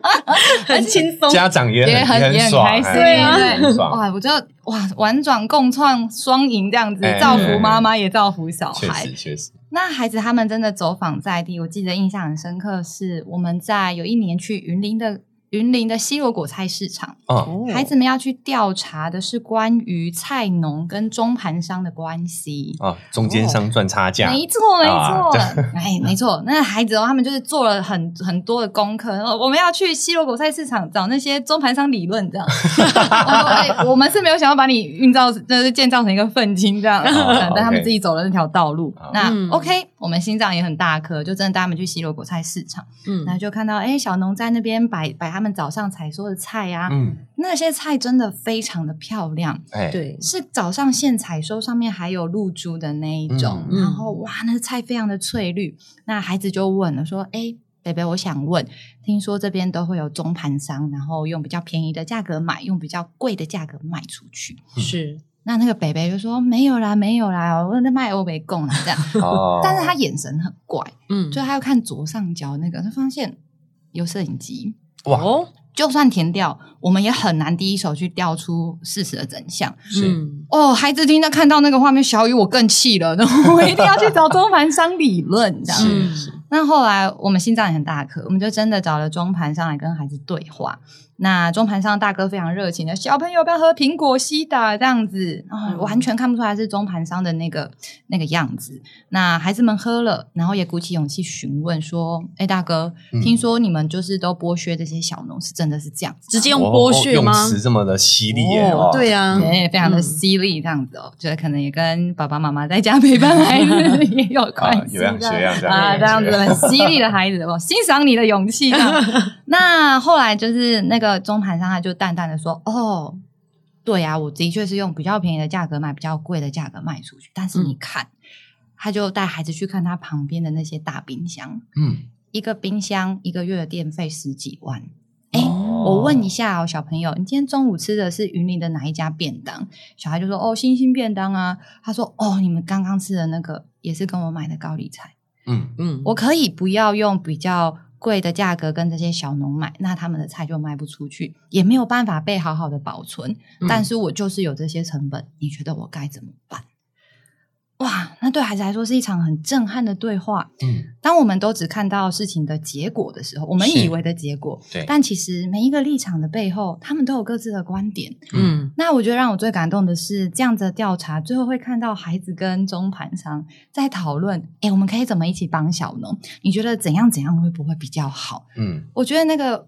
[SPEAKER 1] 很轻松，
[SPEAKER 2] 家 <laughs> 长也很
[SPEAKER 3] 也很
[SPEAKER 2] 也
[SPEAKER 3] 也很
[SPEAKER 2] 爽，
[SPEAKER 3] 开心
[SPEAKER 2] 哎
[SPEAKER 1] 对啊
[SPEAKER 2] 也很爽，
[SPEAKER 3] 哇，我就哇，婉转共创双赢这样子
[SPEAKER 2] 哎，
[SPEAKER 3] 造福妈妈也造福小
[SPEAKER 2] 确
[SPEAKER 3] 孩
[SPEAKER 2] 实。确实，
[SPEAKER 3] 那孩子他们真的走访在地，我记得印象很深刻是我们在有一年去云林的云林的西罗果菜市场，
[SPEAKER 2] 嗯
[SPEAKER 1] 哦
[SPEAKER 3] 孩子们要去调查的是关于菜农跟中盘商的关系。
[SPEAKER 2] 啊，中间商赚差价，
[SPEAKER 3] 没错，没
[SPEAKER 2] 啊
[SPEAKER 3] 错， <laughs> 哎，没错。那孩子哦，他们就是做了很很多的功课。哦我们要去西罗果菜市场找那些中盘商理论，这样。 <laughs> 我说哎，我们是没有想要把你运造，就是建造成一个愤青这样，
[SPEAKER 2] 哦
[SPEAKER 3] 但
[SPEAKER 2] OK
[SPEAKER 3] 他
[SPEAKER 2] 哦
[SPEAKER 3] 们自己走了那条道路
[SPEAKER 2] 好。
[SPEAKER 3] 那
[SPEAKER 1] 嗯
[SPEAKER 3] OK，我们心脏也很大颗，就真的带他们去西罗果菜市场，
[SPEAKER 1] 嗯
[SPEAKER 3] 然后就看到哎，小农在那边摆摆他们早上采收的菜啊，
[SPEAKER 2] 嗯，
[SPEAKER 3] 那些菜真的非常的漂亮。
[SPEAKER 2] 哎，
[SPEAKER 1] 对，
[SPEAKER 3] 是早上现采收，上面还有露珠的那一种，
[SPEAKER 1] 嗯
[SPEAKER 3] 然后哇，那菜非常的翠绿。那孩子就问了，说：“哎、北北，我想问，听说这边都会有中盘商，然后用比较便宜的价格买，用比较贵的价格卖出去。
[SPEAKER 1] 是，”
[SPEAKER 3] 那那个北北就说没有啦，没有啦，我在卖欧北贡啦这样。
[SPEAKER 2] 哦，
[SPEAKER 3] 但是他眼神很怪，
[SPEAKER 1] 嗯，
[SPEAKER 3] 就他要看左上角那个，他发现有摄影机，
[SPEAKER 2] 哇，
[SPEAKER 1] 哦，
[SPEAKER 3] 就算填掉，我们也很难第一手去调出事实的真相。
[SPEAKER 2] 是
[SPEAKER 1] 嗯
[SPEAKER 3] 哦，孩子听到看到那个画面，小雨我更气了，然后我一定要去找中盘商理论，这样。
[SPEAKER 1] 嗯
[SPEAKER 2] 是是
[SPEAKER 3] 那后来我们心脏也很大颗，我们就真的找了中盘商来跟孩子对话。那中盘商大哥非常热情的，小朋友要不要喝苹果西打这样子，啊、
[SPEAKER 1] 嗯
[SPEAKER 3] 完全看不出来是中盘商的那个那个样子。那孩子们喝了，然后也鼓起勇气询问说：“哎，大哥，
[SPEAKER 2] 嗯
[SPEAKER 3] 听说你们就是都剥削这些小农，是真的是这样子吗？”
[SPEAKER 1] 直接用剥削
[SPEAKER 2] 哦用
[SPEAKER 1] 吗？
[SPEAKER 2] 词这么的犀利耶，
[SPEAKER 1] 哦
[SPEAKER 2] 哦
[SPEAKER 1] 对啊，
[SPEAKER 3] 对，非常的
[SPEAKER 1] 嗯
[SPEAKER 3] 犀利这样子哦，觉得可能也跟爸爸妈妈在家陪伴孩子也有
[SPEAKER 2] 啊
[SPEAKER 3] 关，
[SPEAKER 2] <laughs>
[SPEAKER 3] 系
[SPEAKER 2] 有样
[SPEAKER 3] 的
[SPEAKER 2] 学样这样
[SPEAKER 3] 啊，
[SPEAKER 2] 有
[SPEAKER 3] 这
[SPEAKER 2] 样
[SPEAKER 3] 样
[SPEAKER 2] 学
[SPEAKER 3] 子
[SPEAKER 2] 样
[SPEAKER 3] 很犀利的孩子，我欣赏你的勇
[SPEAKER 2] <laughs>
[SPEAKER 3] 气这样。那后来就是那个中盘商，他就淡淡的说：“哦，对呀、我的确是用比较便宜的价格买比较贵的价格卖出去，但是
[SPEAKER 2] 嗯
[SPEAKER 3] 你看，他就带孩子去看他旁边的那些大冰箱，
[SPEAKER 2] 嗯，
[SPEAKER 3] 一个冰箱一个月的电费十几万。”哎、
[SPEAKER 2] 哦
[SPEAKER 4] 嗯
[SPEAKER 3] 我问一下哦，小朋友，你今天中午吃的是云林的哪一家便当？小孩就说：“哦，星星便当啊。”他说：“哦，你们刚刚吃的那个也是跟我买的高丽菜。”
[SPEAKER 2] 嗯
[SPEAKER 1] 嗯，
[SPEAKER 3] 我可以不要用比较贵的价格跟这些小农买，那他们的菜就卖不出去，也没有办法被好好的保存。
[SPEAKER 1] 嗯
[SPEAKER 3] 但是我就是有这些成本，你觉得我该怎么办？哇，那对孩子来说是一场很震撼的对话。
[SPEAKER 2] 嗯，
[SPEAKER 3] 当我们都只看到事情的结果的时候，我们
[SPEAKER 2] 是
[SPEAKER 3] 以为的结果，
[SPEAKER 2] 对，
[SPEAKER 3] 但其实每一个立场的背后，他们都有各自的观点。
[SPEAKER 1] 嗯
[SPEAKER 3] 那我觉得让我最感动的是，这样子的调查最后会看到孩子跟中盘商在讨论，哎、我们可以怎么一起帮小农？你觉得怎样怎样会不会比较好？
[SPEAKER 2] 嗯
[SPEAKER 3] 我觉得那个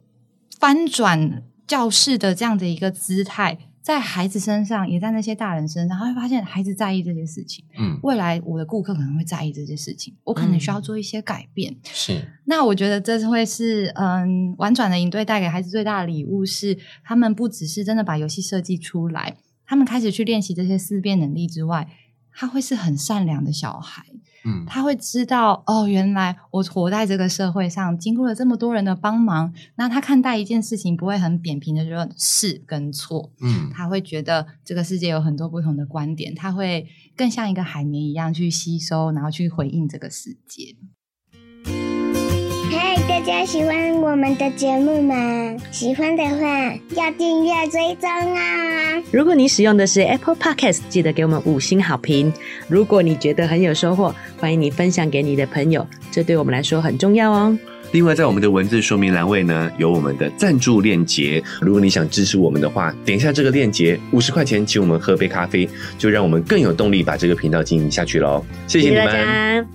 [SPEAKER 3] 翻转教室的这样的一个姿态，在孩子身上，也在那些大人身上，他会发现孩子在意这些事情。
[SPEAKER 2] 嗯，
[SPEAKER 3] 未来我的顾客可能会在意这些事情，我可能需要
[SPEAKER 1] 嗯
[SPEAKER 3] 做一些改变。
[SPEAKER 2] 是
[SPEAKER 3] 那我觉得这会是嗯，婉转的营队带给孩子最大的礼物是，他们不只是真的把游戏设计出来，他们开始去练习这些思辨能力之外，他会是很善良的小孩，
[SPEAKER 2] 嗯，
[SPEAKER 3] 他会知道哦，原来我活在这个社会上，经过了这么多人的帮忙，那他看待一件事情不会很扁平的说是跟错，
[SPEAKER 2] 嗯
[SPEAKER 3] 他会觉得这个世界有很多不同的观点，他会更像一个海绵一样去吸收，然后去回应这个世界。
[SPEAKER 5] 嗨，大家喜欢我们的节目吗？喜欢的话要订阅追踪啊、
[SPEAKER 4] 如果你使用的是 Apple Podcast，记得给我们五星好评。如果你觉得很有收获，欢迎你分享给你的朋友，这对我们来说很重要哦。
[SPEAKER 6] 另外，在我们的文字说明栏位呢，有我们的赞助链接。如果你想支持我们的话，点一下这个链接，五十块钱请我们喝杯咖啡，就让我们更有动力把这个频道经营下去喽。谢谢你
[SPEAKER 4] 大
[SPEAKER 6] 们。
[SPEAKER 4] 家。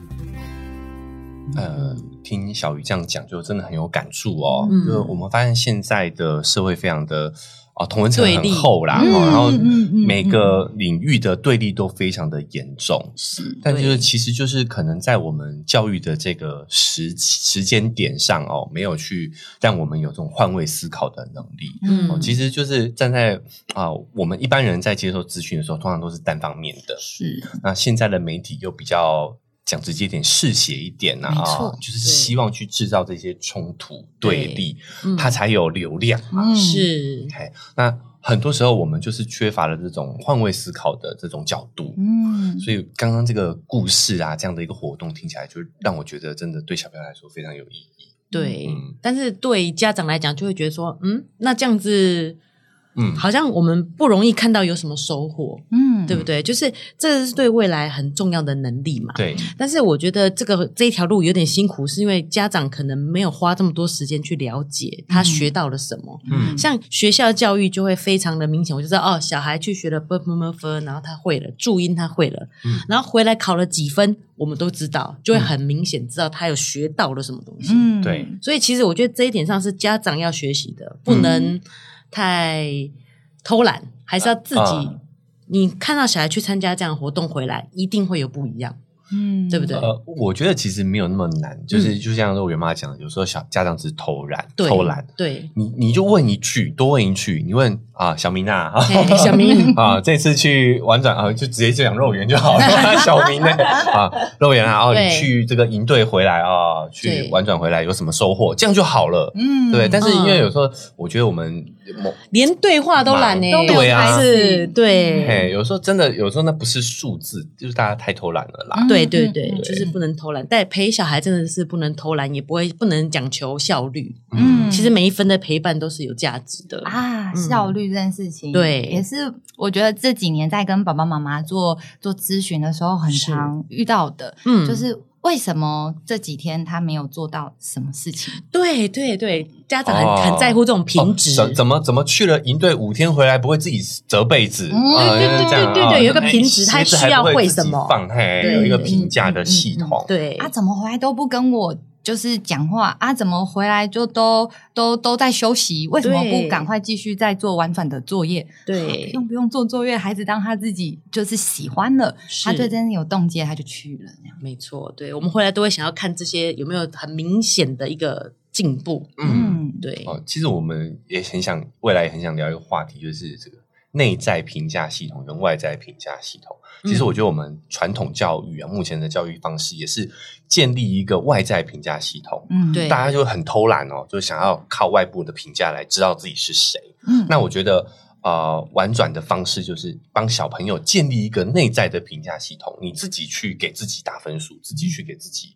[SPEAKER 2] 呃，听小鱼这样讲，就真的很有感触哦。
[SPEAKER 1] 嗯
[SPEAKER 2] 就是我们发现现在的社会非常的哦，同文层
[SPEAKER 1] 对
[SPEAKER 2] 很
[SPEAKER 1] 立
[SPEAKER 2] 厚啦，
[SPEAKER 3] 嗯
[SPEAKER 2] 哦然后
[SPEAKER 3] 嗯嗯嗯
[SPEAKER 2] 每个领域的对立都非常的严重。
[SPEAKER 3] 是
[SPEAKER 2] 但就是其实就是可能在我们教育的这个时时间点上哦，没有去让我们有这种换位思考的能力。哦，
[SPEAKER 1] 嗯
[SPEAKER 2] 其实就是站在啊、我们一般人在接受资讯的时候，通常都是单方面的。
[SPEAKER 3] 是，
[SPEAKER 2] 那现在的媒体又比较讲直接一点、嗜血一点呐、
[SPEAKER 3] 没
[SPEAKER 2] 啊，
[SPEAKER 3] 错
[SPEAKER 2] 就是希望去制造这些冲突对
[SPEAKER 1] 对
[SPEAKER 2] 立，
[SPEAKER 1] 嗯
[SPEAKER 2] 它才有流量嘛。
[SPEAKER 3] 嗯，
[SPEAKER 1] 是
[SPEAKER 2] 那很多时候我们就是缺乏了这种换位思考的这种角度。
[SPEAKER 3] 嗯，
[SPEAKER 2] 所以刚刚这个故事啊，这样的一个活动听起来，就让我觉得真的对小朋友来说非常有意义。
[SPEAKER 1] 对
[SPEAKER 2] 嗯，
[SPEAKER 1] 但是对家长来讲，就会觉得说，嗯，那这样子，
[SPEAKER 2] 嗯
[SPEAKER 1] 好像我们不容易看到有什么收获，
[SPEAKER 3] 嗯，
[SPEAKER 1] 对不对？就是这是对未来很重要的能力嘛。
[SPEAKER 2] 对，
[SPEAKER 1] 但是我觉得这个这一条路有点辛苦，是因为家长可能没有花这么多时间去了解他
[SPEAKER 3] 嗯
[SPEAKER 1] 学到了什么。
[SPEAKER 2] 嗯
[SPEAKER 1] 像学校教育就会非常的明显，我就知道哦，小孩去学了 b b m f，然后他会了注音，他会了，
[SPEAKER 2] 嗯
[SPEAKER 1] 然后回来考了几分，我们都知道，就会很明显知道他有学到了什么东西。
[SPEAKER 3] 嗯，
[SPEAKER 2] 对
[SPEAKER 1] 所以其实我觉得这一点上是家长要学习的，不能
[SPEAKER 2] 嗯
[SPEAKER 1] 太偷懒，还是要自己。
[SPEAKER 2] 啊
[SPEAKER 1] 你看到小孩去参加这样的活动回来，一定会有不一样。
[SPEAKER 3] 嗯，
[SPEAKER 1] 对不对
[SPEAKER 2] 呃，我觉得其实没有那么难，就是就像肉圆妈讲的，有时候小家长只是偷懒，
[SPEAKER 1] 对，
[SPEAKER 2] 偷懒， <laughs>
[SPEAKER 1] 对，
[SPEAKER 2] 你你就问一句，多问一句，你问啊、啊，小明呐、啊，
[SPEAKER 1] 嘿小明，
[SPEAKER 2] 啊，这次去玩转啊，就直接讲肉圆就好了。
[SPEAKER 1] <laughs>
[SPEAKER 2] 小明呢？啊，肉圆啊，哦，
[SPEAKER 1] 对
[SPEAKER 2] 你去这个营队回来啊，去
[SPEAKER 1] 对
[SPEAKER 2] 玩转回来有什么收获？这样就好了。
[SPEAKER 3] 嗯
[SPEAKER 2] 对，但是因为
[SPEAKER 1] 嗯
[SPEAKER 2] 有时候我觉得我们某
[SPEAKER 1] 连对话 <laughs> 都懒呢、
[SPEAKER 2] 都没有对啊
[SPEAKER 1] 是，
[SPEAKER 2] 嘿，
[SPEAKER 1] 对，
[SPEAKER 2] 有时候真的有时候那不是数字，就是大家太偷懒了啦。
[SPEAKER 1] 对对对，
[SPEAKER 3] 嗯
[SPEAKER 1] 就是不能偷懒。但陪小孩真的是不能偷懒，也不会不能讲求效率。
[SPEAKER 2] 哦
[SPEAKER 3] 嗯
[SPEAKER 1] 其实每一分的陪伴都是有价值的。
[SPEAKER 3] 啊，
[SPEAKER 1] 嗯
[SPEAKER 3] 效率这件事情，
[SPEAKER 1] 对
[SPEAKER 3] 也是我觉得这几年在跟爸爸妈妈做做咨询的时候，很
[SPEAKER 1] 是
[SPEAKER 3] 常遇到的，
[SPEAKER 1] 嗯
[SPEAKER 3] 就是为什么这几天他没有做到什么事情？
[SPEAKER 1] 对对对，家长很、
[SPEAKER 2] 哦
[SPEAKER 1] 很在乎这种品质。
[SPEAKER 2] 哦怎怎么怎么去了营队五天回来不会自己折被子？
[SPEAKER 3] 嗯
[SPEAKER 2] 啊
[SPEAKER 1] 对对对
[SPEAKER 2] 这样
[SPEAKER 1] 对对对
[SPEAKER 2] 啊
[SPEAKER 1] 有一个
[SPEAKER 2] 哎
[SPEAKER 1] 评值
[SPEAKER 2] 鞋
[SPEAKER 1] 它
[SPEAKER 2] 子
[SPEAKER 1] 需
[SPEAKER 2] 还不
[SPEAKER 1] 要会
[SPEAKER 2] 自
[SPEAKER 1] 什
[SPEAKER 2] 己
[SPEAKER 1] 么
[SPEAKER 2] 放嘿，
[SPEAKER 1] 对
[SPEAKER 2] 有一个
[SPEAKER 1] 对
[SPEAKER 2] 评价
[SPEAKER 3] 嗯
[SPEAKER 2] 的
[SPEAKER 3] 嗯
[SPEAKER 2] 系
[SPEAKER 3] 嗯嗯
[SPEAKER 2] 统。
[SPEAKER 1] 对
[SPEAKER 3] 啊，怎么回来都不跟我就是讲话啊？怎么回来就都都都在休息？为什么
[SPEAKER 1] 对
[SPEAKER 3] 不赶快继续在做婉转的作业？
[SPEAKER 1] 对
[SPEAKER 3] 用不用做作业？孩子当他自己就是喜欢了，
[SPEAKER 1] 是
[SPEAKER 3] 他对真的有动机，他就去了。这样
[SPEAKER 1] 没错，对我们回来都会想要看这些有没有很明显的一个进步。
[SPEAKER 2] 嗯，
[SPEAKER 1] 对，
[SPEAKER 2] 哦，其实我们也很想，未来也很想聊一个话题，就是这个内在评价系统跟外在评价系统。
[SPEAKER 1] 嗯
[SPEAKER 2] 其实我觉得我们传统教育啊，目前的教育方式也是建立一个外在评价系统。
[SPEAKER 3] 嗯，
[SPEAKER 1] 对
[SPEAKER 2] 大家就很偷懒哦，就是想要靠外部的评价来知道自己是谁。
[SPEAKER 3] 嗯
[SPEAKER 2] 那我觉得，呃，婉转的方式就是帮小朋友建立一个内在的评价系统，你自己去给自己打分数，自己去给自己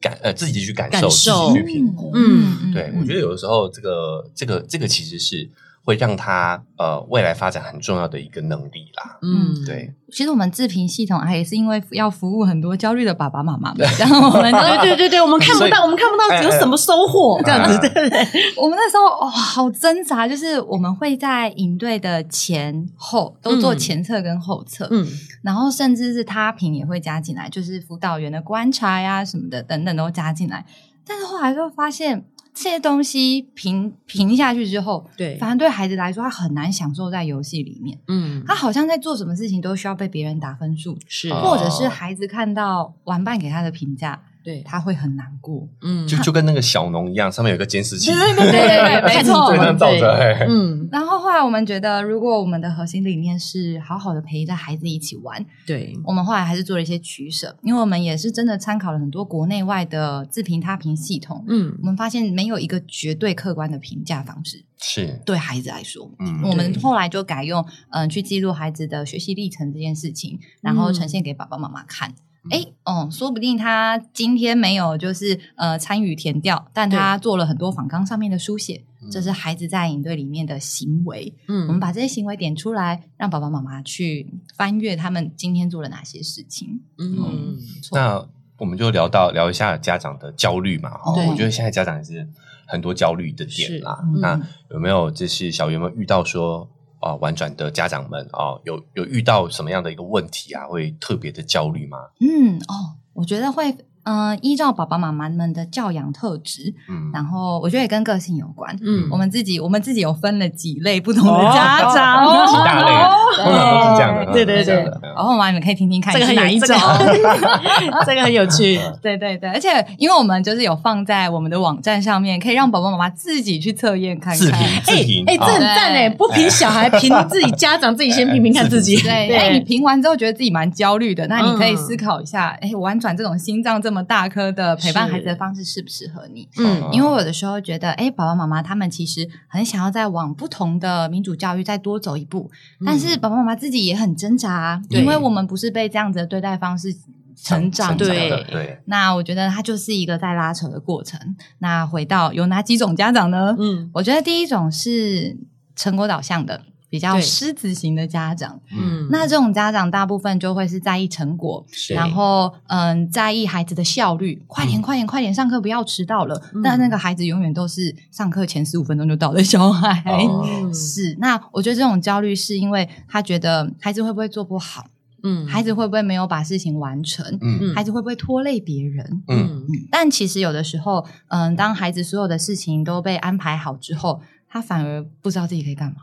[SPEAKER 2] 感呃，自己去感受，
[SPEAKER 1] 感受
[SPEAKER 2] 自己去评估。
[SPEAKER 1] 嗯
[SPEAKER 2] 对，我觉得有的时候这个这个这个其实是会让他呃未来发展很重要的一个能力啦。
[SPEAKER 1] 嗯，
[SPEAKER 2] 对，
[SPEAKER 3] 其实我们自评系统还也是因为要服务很多焦虑的爸爸妈妈们，然后我们
[SPEAKER 1] 对对对对，我们看不
[SPEAKER 2] 所以
[SPEAKER 1] 到，我们看不
[SPEAKER 2] 哎哎
[SPEAKER 1] 到有什么收获，嗯这样子
[SPEAKER 2] 啊
[SPEAKER 1] 对不对？
[SPEAKER 3] 我们那时候哦，好挣扎，就是我们会在营队的前后都做
[SPEAKER 1] 嗯
[SPEAKER 3] 前测跟后测，
[SPEAKER 1] 嗯，
[SPEAKER 3] 然后甚至是他评也会加进来，就是辅导员的观察呀、什么的等等都加进来。但是后来就发现这些东西评评下去之后，
[SPEAKER 1] 对
[SPEAKER 3] 反而对孩子来说，他很难享受在游戏里面，
[SPEAKER 1] 嗯，
[SPEAKER 3] 他好像在做什么事情都需要被别人打分数，
[SPEAKER 1] 是，
[SPEAKER 2] 哦
[SPEAKER 3] 或者是孩子看到玩伴给他的评价，
[SPEAKER 1] 对，
[SPEAKER 3] 他会很难过。
[SPEAKER 1] 嗯，
[SPEAKER 2] 就就跟那个小农一样，上面有个监视器，
[SPEAKER 3] <laughs> 对对对，没错，
[SPEAKER 2] 对，这样照着，嘿
[SPEAKER 1] 嗯，
[SPEAKER 3] 然后后来我们觉得，如果我们的核心理念是好好的陪着孩子一起玩，
[SPEAKER 1] 对，
[SPEAKER 3] 我们后来还是做了一些取舍，因为我们也是真的参考了很多国内外的自评他评系统，
[SPEAKER 1] 嗯
[SPEAKER 3] 我，们发现没有一个绝对客观的评价方式
[SPEAKER 2] 是，
[SPEAKER 3] 对孩子来说。
[SPEAKER 2] 嗯
[SPEAKER 3] 我们后来就改用，嗯、去记录孩子的学习历程这件事情，然后呈现给爸爸妈妈看。哎、哦、说不定他今天没有就是呃参与填调，但他做了很多访纲上面的书写，这是孩子在营队里面的行为。
[SPEAKER 1] 嗯，
[SPEAKER 3] 我们把这些行为点出来，让爸爸妈妈去翻阅他们今天做了哪些事情。
[SPEAKER 1] 嗯，
[SPEAKER 2] 那我们就聊到聊一下家长的焦虑嘛，哈，
[SPEAKER 3] 对
[SPEAKER 2] 我觉得现在家长也是很多焦虑的点啦。
[SPEAKER 3] 哦是嗯
[SPEAKER 2] 那有没有就是小圆们遇到说啊、婉转的家长们啊、有有遇到什么样的一个问题啊，会特别的焦虑吗？
[SPEAKER 3] 嗯，哦，我觉得会，嗯、依照爸爸妈妈们的教养特质，
[SPEAKER 2] 嗯，
[SPEAKER 3] 然后我觉得也跟个性有关。
[SPEAKER 1] 嗯
[SPEAKER 3] 我们自己，我们自己有分了几类不同的
[SPEAKER 1] 哦
[SPEAKER 3] 家长，哦
[SPEAKER 2] 几大类，通常都是这样
[SPEAKER 5] 嗯
[SPEAKER 2] 的，
[SPEAKER 1] 对对对
[SPEAKER 2] 通常都是这样的
[SPEAKER 3] 然后嘛，你们可以听听看
[SPEAKER 1] 这个
[SPEAKER 3] 是
[SPEAKER 1] 很
[SPEAKER 3] 哪
[SPEAKER 1] 有
[SPEAKER 3] 一种。
[SPEAKER 1] <laughs> 这个很有趣，
[SPEAKER 3] <laughs> 对对对，而且因为我们就是有放在我们的网站上面，可以让爸爸妈妈自己去测验看
[SPEAKER 2] 自
[SPEAKER 3] 看。
[SPEAKER 2] 评自
[SPEAKER 1] 哎
[SPEAKER 2] 评，
[SPEAKER 1] 哎，这很
[SPEAKER 2] 啊
[SPEAKER 1] 赞哎，不评小孩，评自己家长，自己先评评看自己，
[SPEAKER 3] 对，
[SPEAKER 1] 对
[SPEAKER 3] 哎，你评完之后觉得自己蛮焦虑的，那你可以
[SPEAKER 1] 嗯
[SPEAKER 3] 思考一下，哎、婉转这种心脏这么大颗的陪伴
[SPEAKER 1] 是
[SPEAKER 3] 孩子的方式适不适合你？
[SPEAKER 1] 嗯
[SPEAKER 3] 因为我有的时候觉得，哎，爸爸妈妈他们其实很想要再往不同的民主教育再多走一步，但
[SPEAKER 1] 嗯
[SPEAKER 3] 是爸爸妈妈自己也很挣扎、啊，
[SPEAKER 2] 对
[SPEAKER 3] 因为我们不是被这样子的对待方式成长的。
[SPEAKER 2] 的
[SPEAKER 1] 对
[SPEAKER 2] 对，
[SPEAKER 3] 那我觉得它就是一个在拉扯的过程。那回到有哪几种家长呢？
[SPEAKER 1] 嗯
[SPEAKER 3] 我觉得第一种是成果导向的，比较
[SPEAKER 1] 对
[SPEAKER 3] 狮子型的家长。
[SPEAKER 1] 嗯，
[SPEAKER 3] 那这种家长大部分就会是在意成果，
[SPEAKER 2] 是
[SPEAKER 3] 然后嗯，在意孩子的效率，快点快点快点上课不要迟到了。
[SPEAKER 1] 嗯
[SPEAKER 3] 但那个孩子永远都是上课前十五分钟就到的小孩。
[SPEAKER 1] 哎
[SPEAKER 2] 哦
[SPEAKER 3] <laughs> 是，那我觉得这种焦虑是因为他觉得孩子会不会做不好，
[SPEAKER 1] 嗯
[SPEAKER 3] 孩子会不会没有把事情完成，
[SPEAKER 2] 嗯
[SPEAKER 1] 嗯
[SPEAKER 3] 孩子会不会拖累别人。
[SPEAKER 2] 嗯
[SPEAKER 1] 嗯
[SPEAKER 3] 嗯但其实有的时候，嗯，当孩子所有的事情都被安排好之后，他反而不知道自己可以干嘛。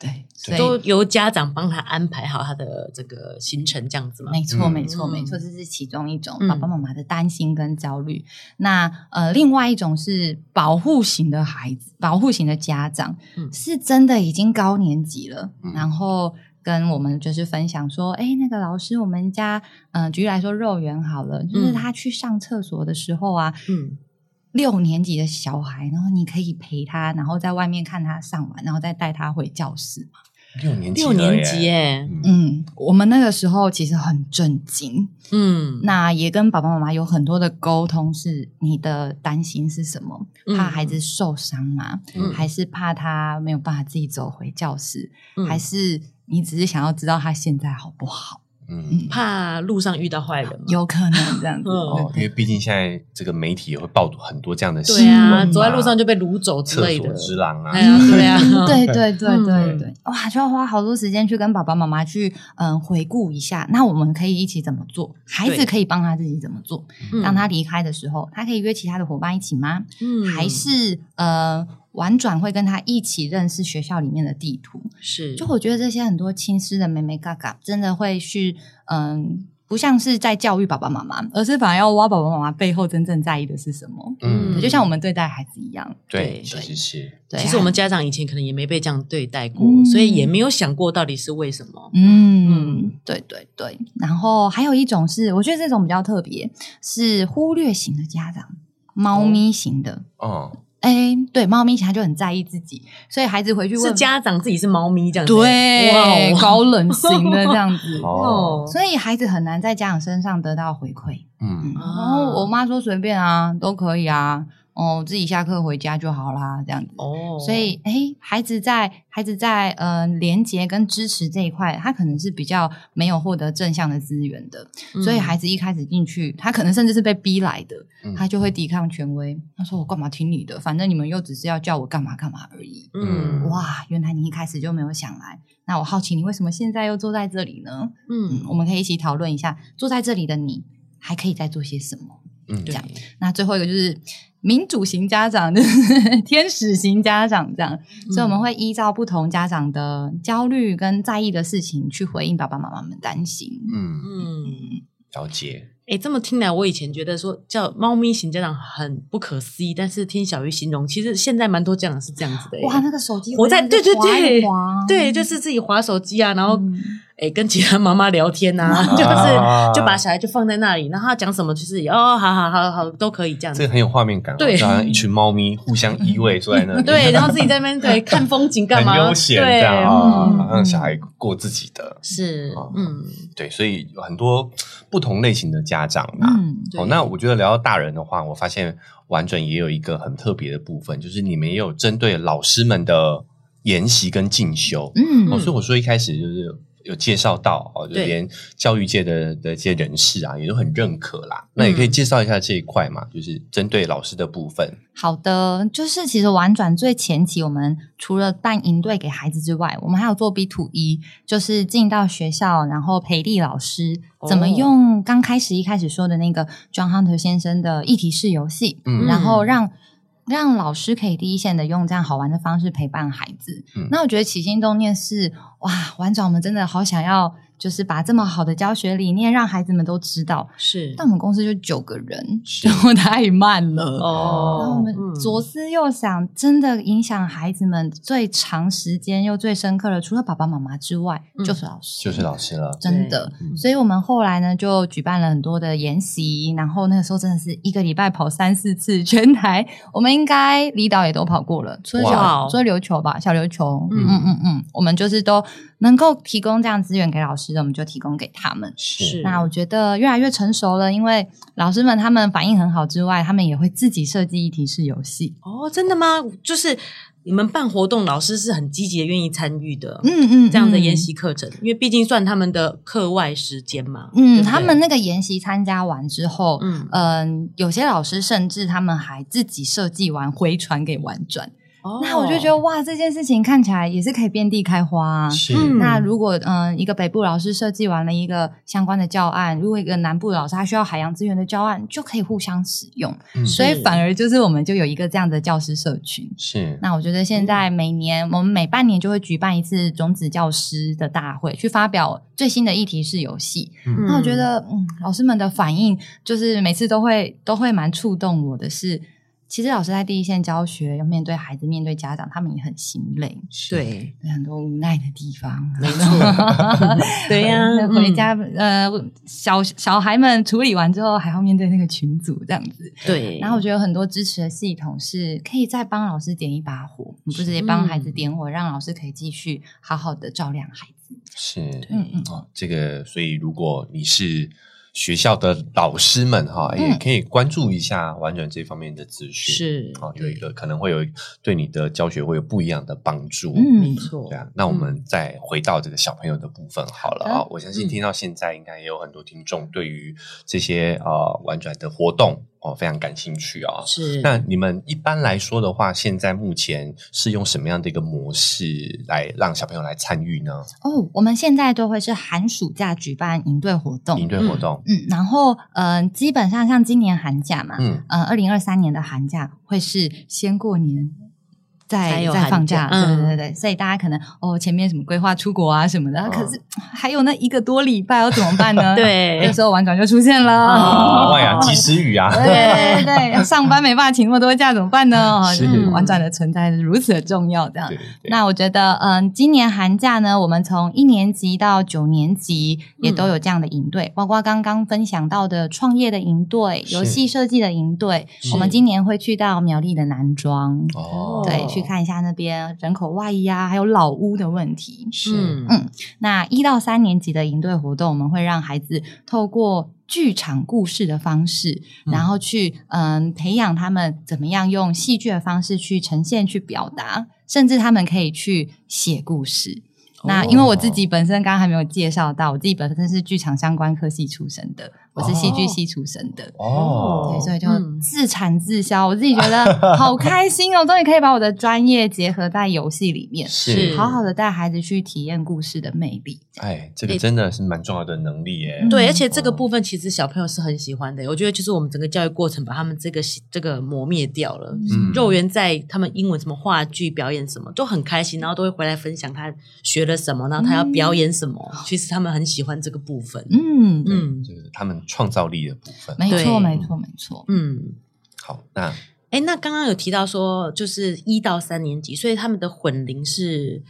[SPEAKER 3] 对，所
[SPEAKER 1] 都
[SPEAKER 3] 以
[SPEAKER 1] 由家长帮他安排好他的这个行程，这样子吗？
[SPEAKER 3] 没错，
[SPEAKER 2] 嗯
[SPEAKER 3] 没错，
[SPEAKER 1] 嗯
[SPEAKER 3] 没错，这是其中一种
[SPEAKER 1] 嗯
[SPEAKER 3] 爸爸妈妈的担心跟焦虑。那呃，另外一种是保护型的孩子，保护型的家长、
[SPEAKER 1] 嗯
[SPEAKER 3] 是真的已经高年级了，
[SPEAKER 2] 嗯
[SPEAKER 3] 然后。跟我们就是分享说，哎，那个老师，我们家，嗯、举例来说，肉圆好了，就
[SPEAKER 1] 嗯
[SPEAKER 3] 是他去上厕所的时候啊，
[SPEAKER 1] 嗯，
[SPEAKER 3] 六年级的小孩，然后你可以陪他，然后在外面看他上完，然后再带他回教室。
[SPEAKER 2] 六年级
[SPEAKER 1] 六
[SPEAKER 2] 了
[SPEAKER 1] 年级欸
[SPEAKER 2] 耶，
[SPEAKER 1] 耶，
[SPEAKER 2] 嗯
[SPEAKER 3] 嗯，我们那个时候其实很震惊，
[SPEAKER 1] 嗯，
[SPEAKER 3] 那也跟爸爸妈妈有很多的沟通，是你的担心是什么？
[SPEAKER 1] 嗯
[SPEAKER 3] 怕孩子受伤吗？
[SPEAKER 1] 嗯
[SPEAKER 3] 还是怕他没有办法自己走回教室？
[SPEAKER 1] 嗯
[SPEAKER 3] 还是你只是想要知道他现在好不好？
[SPEAKER 2] 嗯，
[SPEAKER 3] 嗯，
[SPEAKER 1] 怕路上遇到坏人吗？
[SPEAKER 3] 有可能这样子。
[SPEAKER 1] 嗯
[SPEAKER 2] 哦，因为毕竟现在这个媒体也会报很多这样的新
[SPEAKER 1] 对
[SPEAKER 2] 闻
[SPEAKER 1] 啊，
[SPEAKER 2] 嘛
[SPEAKER 1] 走在路上就被掳走之
[SPEAKER 2] 厕
[SPEAKER 1] 类
[SPEAKER 2] 所
[SPEAKER 1] 的。
[SPEAKER 2] 之狼啊
[SPEAKER 1] 哎，
[SPEAKER 2] <laughs>
[SPEAKER 1] 呀，对啊，
[SPEAKER 3] 嗯 <laughs> 对对对对
[SPEAKER 2] 嗯
[SPEAKER 3] 对，哇，就要花好多时间去跟爸爸妈妈去嗯回顾一下。那我们可以一起怎么做？孩子
[SPEAKER 1] 对
[SPEAKER 3] 可以帮他自己怎么做？
[SPEAKER 1] 嗯
[SPEAKER 3] 当他离开的时候，他可以约其他的伙伴一起吗？
[SPEAKER 1] 嗯
[SPEAKER 3] 还是呃婉转会跟他一起认识学校里面的地图？
[SPEAKER 1] 嗯是
[SPEAKER 3] 就我觉得这些很多亲师的妹妹嘎嘎，真的会去嗯。不像是在教育爸爸妈妈，而是反而要挖爸爸妈妈背后真正在意的是什么。
[SPEAKER 2] 嗯
[SPEAKER 1] 嗯，
[SPEAKER 3] 就像我们对待孩子一样，
[SPEAKER 1] 对
[SPEAKER 2] 对，其实是
[SPEAKER 3] 对啊，
[SPEAKER 1] 其实我们家长以前可能也没被这样对待过，
[SPEAKER 3] 嗯
[SPEAKER 1] 所以也没有想过到底是为什么。
[SPEAKER 3] 嗯，对对对。然后还有一种是，我觉得这种比较特别，是忽略型的家长，猫咪型的。
[SPEAKER 2] 哦，。
[SPEAKER 3] 哎、对，猫咪型它就很在意自己，所以孩子回去问
[SPEAKER 1] 是家长自己是猫咪这样子，
[SPEAKER 3] 对
[SPEAKER 1] 哇哦
[SPEAKER 3] 高冷型的这样子
[SPEAKER 1] <laughs>
[SPEAKER 2] 哦，
[SPEAKER 3] 所以孩子很难在家长身上得到回馈。嗯，
[SPEAKER 2] 嗯，
[SPEAKER 3] 然
[SPEAKER 1] 啊
[SPEAKER 3] 后我妈说随便啊，都可以啊，哦，自己下课回家就好啦，这样子。
[SPEAKER 1] 哦，
[SPEAKER 3] 所以，哎、孩子在孩子在呃连接跟支持这一块，他可能是比较没有获得正向的资源的，
[SPEAKER 1] 嗯
[SPEAKER 3] 所以孩子一开始进去，他可能甚至是被逼来的，
[SPEAKER 2] 嗯
[SPEAKER 3] 他就会抵抗权威。他说：“我干嘛听你的？反正你们又只是要叫我干嘛干嘛而已。”
[SPEAKER 2] 嗯
[SPEAKER 3] 哇，原来你一开始就没有想来，那我好奇你为什么现在又坐在这里呢？嗯
[SPEAKER 1] 嗯，
[SPEAKER 3] 我们可以一起讨论一下，坐在这里的你还可以再做些什么。
[SPEAKER 2] 嗯
[SPEAKER 3] 这
[SPEAKER 1] 对
[SPEAKER 3] 样那最后一个就是民主型家长， <laughs> 就是天使型家长这样，
[SPEAKER 1] 嗯
[SPEAKER 3] 所以我们会依照不同家长的焦虑跟在意的事情去回应爸爸妈妈们担心。
[SPEAKER 2] 嗯，
[SPEAKER 1] 嗯。
[SPEAKER 2] 了解，
[SPEAKER 1] 哎，这么听来，我以前觉得说叫猫咪型家长很不可思议，但是听小鱼形容，其实现在蛮多家长是这样子的耶。
[SPEAKER 3] 哇，那个手机
[SPEAKER 1] 我在对对对
[SPEAKER 3] 滑
[SPEAKER 1] 对，就是自己划手机啊，然后
[SPEAKER 3] 嗯
[SPEAKER 1] 哎、诶跟其他妈妈聊天呐、啊，
[SPEAKER 2] 啊
[SPEAKER 1] <laughs> 就是就把小孩就放在那里，然后他讲什么就是哦，好好好好都可以这样
[SPEAKER 2] 这
[SPEAKER 1] 子
[SPEAKER 2] 个。很有画面感哦，
[SPEAKER 1] 嗯对
[SPEAKER 2] 就好像一群猫咪互相依偎坐在那里，
[SPEAKER 1] <laughs> 对，然后自己在那边对看风景干嘛？
[SPEAKER 2] <laughs> 很悠闲
[SPEAKER 1] 对
[SPEAKER 2] 这样啊，
[SPEAKER 3] 嗯
[SPEAKER 2] 让小孩过自己的，
[SPEAKER 1] 是
[SPEAKER 2] 哦，
[SPEAKER 1] 嗯，
[SPEAKER 2] 对，所以有很多不同类型的家长啊，
[SPEAKER 3] 嗯，
[SPEAKER 1] 对
[SPEAKER 2] 哦，那我觉得聊到大人的话，我发现完整也有一个很特别的部分，就是你们也有针对老师们的研习跟进修。
[SPEAKER 3] 嗯
[SPEAKER 2] 哦，所以我说一开始就是有介绍到哦，就
[SPEAKER 1] 对
[SPEAKER 2] 连教育界的的一些人士啊，也都很认可啦。那也可以
[SPEAKER 1] 嗯
[SPEAKER 2] 介绍一下这一块嘛，就是针对老师的部分。
[SPEAKER 3] 好的，就是其实玩转最前期，我们除了办营队给孩子之外，我们还有做 B to 一，就是进到学校，然后培力老师
[SPEAKER 1] 哦
[SPEAKER 3] 怎么用刚开始一开始说的那个 John Hunter 先生的议题式游戏，
[SPEAKER 2] 嗯
[SPEAKER 3] 然后让。让老师可以第一线的用这样好玩的方式陪伴孩子。
[SPEAKER 2] 嗯
[SPEAKER 3] 那我觉得起心动念是哇，玩转我们真的好想要，就是把这么好的教学理念让孩子们都知道。
[SPEAKER 1] 是
[SPEAKER 3] 但我们公司就九个人， <laughs> 就太慢了。然后我
[SPEAKER 1] 哦，
[SPEAKER 3] 们左思右想，真的影响孩子们最长时间又最深刻的，除了爸爸妈妈之外，
[SPEAKER 1] 嗯
[SPEAKER 3] 就是老师，
[SPEAKER 2] 就是老师了，
[SPEAKER 3] 真的。
[SPEAKER 2] 嗯
[SPEAKER 3] 所以我们后来呢，就举办了很多的研习，然后那个时候真的是一个礼拜跑三四次，全台我们应该离岛也都跑过了，除了
[SPEAKER 1] 哇
[SPEAKER 2] 哦
[SPEAKER 3] 小除了琉球吧，小琉球，
[SPEAKER 1] 嗯
[SPEAKER 3] 嗯嗯嗯嗯，我们就是都能够提供这样资源给老师的，我们就提供给他们。
[SPEAKER 1] 是
[SPEAKER 3] 那我觉得越来越成熟了，因为老师们他们反应很好之外，他们也会自己设计议题式游戏。
[SPEAKER 1] 哦，真的吗？就是你们办活动，老师是很积极的，愿意参与的。
[SPEAKER 3] 嗯嗯，
[SPEAKER 1] 这样的
[SPEAKER 3] 嗯
[SPEAKER 1] 研。习课程，因为毕竟算他们的课外时间嘛。对
[SPEAKER 3] 嗯，
[SPEAKER 1] 不对
[SPEAKER 3] 他们那个研习参加完之后，嗯
[SPEAKER 1] 嗯
[SPEAKER 3] 有些老师甚至他们还自己设计完回传给玩转，
[SPEAKER 1] 哦
[SPEAKER 3] 呃那我就觉得哇，这件事情看起来也是可以遍地开花啊。
[SPEAKER 2] 是
[SPEAKER 1] 嗯
[SPEAKER 3] 那如果嗯、一个北部老师设计完了一个相关的教案，如果一个南部老师他需要海洋资源的教案，就可以互相使用。
[SPEAKER 2] 嗯
[SPEAKER 3] 所以反而就是我们就有一个这样的教师社群。
[SPEAKER 2] 是
[SPEAKER 3] 那我觉得现
[SPEAKER 1] 嗯
[SPEAKER 3] 在每年、我们每半年就会举办一次种子教师的大会，去发表最新的议题是游戏。
[SPEAKER 2] 嗯
[SPEAKER 3] 那我觉得，嗯，老师们的反应就是每次都会都会蛮触动我的是，其实老师在第一线教学，要面对孩子、面对家长，他们也很心累，
[SPEAKER 1] 对
[SPEAKER 3] 有很多无奈的地方。
[SPEAKER 1] 没错 <laughs> 对呀
[SPEAKER 3] 那， <laughs> 回
[SPEAKER 1] 嗯
[SPEAKER 3] 家、呃，小小孩们处理完之后，还要面对那个群组这样子。
[SPEAKER 1] 对，
[SPEAKER 3] 然后我觉得有很多支持的系统是可以再帮老师点一把火，你不直接帮孩子点火，让老师可以继续好好的照亮孩子。
[SPEAKER 2] <laughs> 是
[SPEAKER 3] 嗯嗯，
[SPEAKER 2] 哦，这个，所以如果你是学校的老师们哈，
[SPEAKER 3] 嗯
[SPEAKER 2] 也可以关注一下婉转这方面的资讯，
[SPEAKER 1] 是
[SPEAKER 2] 哦，有一个可能会有对你的教学会有不一样的帮助，
[SPEAKER 3] 嗯
[SPEAKER 1] 没错
[SPEAKER 2] 对，啊，那我们再回到这个小朋友的部分好了啊、
[SPEAKER 3] 好的嗯
[SPEAKER 2] 我相信听到现在，应该也有很多听众对于这些呃婉转的活动哦非常感兴趣啊、
[SPEAKER 1] 是
[SPEAKER 2] 那你们一般来说的话，现在目前是用什么样的一个模式来让小朋友来参与呢？
[SPEAKER 3] 哦，我们现在都会是寒暑假举办营队活动，
[SPEAKER 2] 营队活动，
[SPEAKER 3] 嗯，然后嗯、呃基本上像今年寒假嘛，
[SPEAKER 2] 嗯，
[SPEAKER 3] 呃，二零二三年的寒假会是先过年。
[SPEAKER 1] 才
[SPEAKER 3] 再
[SPEAKER 1] 有
[SPEAKER 3] 再
[SPEAKER 1] 寒
[SPEAKER 3] 放
[SPEAKER 1] 假
[SPEAKER 3] 假，
[SPEAKER 1] 嗯
[SPEAKER 3] 对对对，所以大家可能哦，前面什么规划出国啊什么的，
[SPEAKER 2] 哦
[SPEAKER 3] 可是还有那一个多礼拜要怎么办
[SPEAKER 1] <laughs>
[SPEAKER 3] 呢？，
[SPEAKER 1] 对
[SPEAKER 3] 这时候婉转就出现
[SPEAKER 1] 哦
[SPEAKER 3] <laughs> 了。
[SPEAKER 2] 哇 <laughs> 呀，及时雨啊，
[SPEAKER 3] 对对对，上班没办法请那么多假怎么
[SPEAKER 2] <laughs>
[SPEAKER 3] 办呢？
[SPEAKER 2] 是
[SPEAKER 3] 嗯婉转的存在是如此的重要，这样
[SPEAKER 2] 对。对，
[SPEAKER 3] 那我觉得，嗯，今年寒假呢，我们从一年级到九年级也都有这样的营
[SPEAKER 2] 嗯
[SPEAKER 3] 队，包括刚刚分享到的创业的营队、
[SPEAKER 2] 是
[SPEAKER 3] 游戏设计的营队，我们今年会去到苗栗的南庄，
[SPEAKER 2] 哦，
[SPEAKER 3] 对，去看一下那边人口外移啊，还有老屋的问题。
[SPEAKER 2] 是
[SPEAKER 1] 嗯
[SPEAKER 3] 嗯那一到三年级的营队活动，我们会让孩子透过剧场故事的方式，
[SPEAKER 2] 嗯
[SPEAKER 3] 然后去嗯培养他们怎么样用戏剧的方式去呈现、去表达，甚至他们可以去写故事。那因为我
[SPEAKER 2] 哦
[SPEAKER 3] 自己本身刚刚还没有介绍到，我自己本身是剧场相关科系出身的，我是戏剧系出身的。
[SPEAKER 2] 哦
[SPEAKER 3] 对，，所以就
[SPEAKER 1] 嗯
[SPEAKER 3] 自产自销，我自己觉得好开心哦！终于可以把我的专业结合在游戏里面，
[SPEAKER 1] 是
[SPEAKER 3] 好好的带孩子去体验故事的魅力。
[SPEAKER 2] 哎，这个真的是蛮重要的能力耶，
[SPEAKER 3] 嗯
[SPEAKER 1] 对，而且这个部分其实小朋友是很喜欢的。我觉得就是我们整个教育过程把他们这个这个磨灭掉了。
[SPEAKER 2] 嗯
[SPEAKER 1] 肉圆在他们英文什么话剧表演什么都很开心，然后都会回来分享他学了什么，然后他要表演什么。其实他们很喜欢这个部分。
[SPEAKER 3] 嗯，
[SPEAKER 1] 嗯
[SPEAKER 2] 就是他们创造力的部分。
[SPEAKER 3] 没
[SPEAKER 1] 对
[SPEAKER 3] 错，没错，没错。
[SPEAKER 1] 嗯，
[SPEAKER 2] 好，那
[SPEAKER 1] 哎，那刚刚有提到说，就是一到三年级，所以他们的混龄是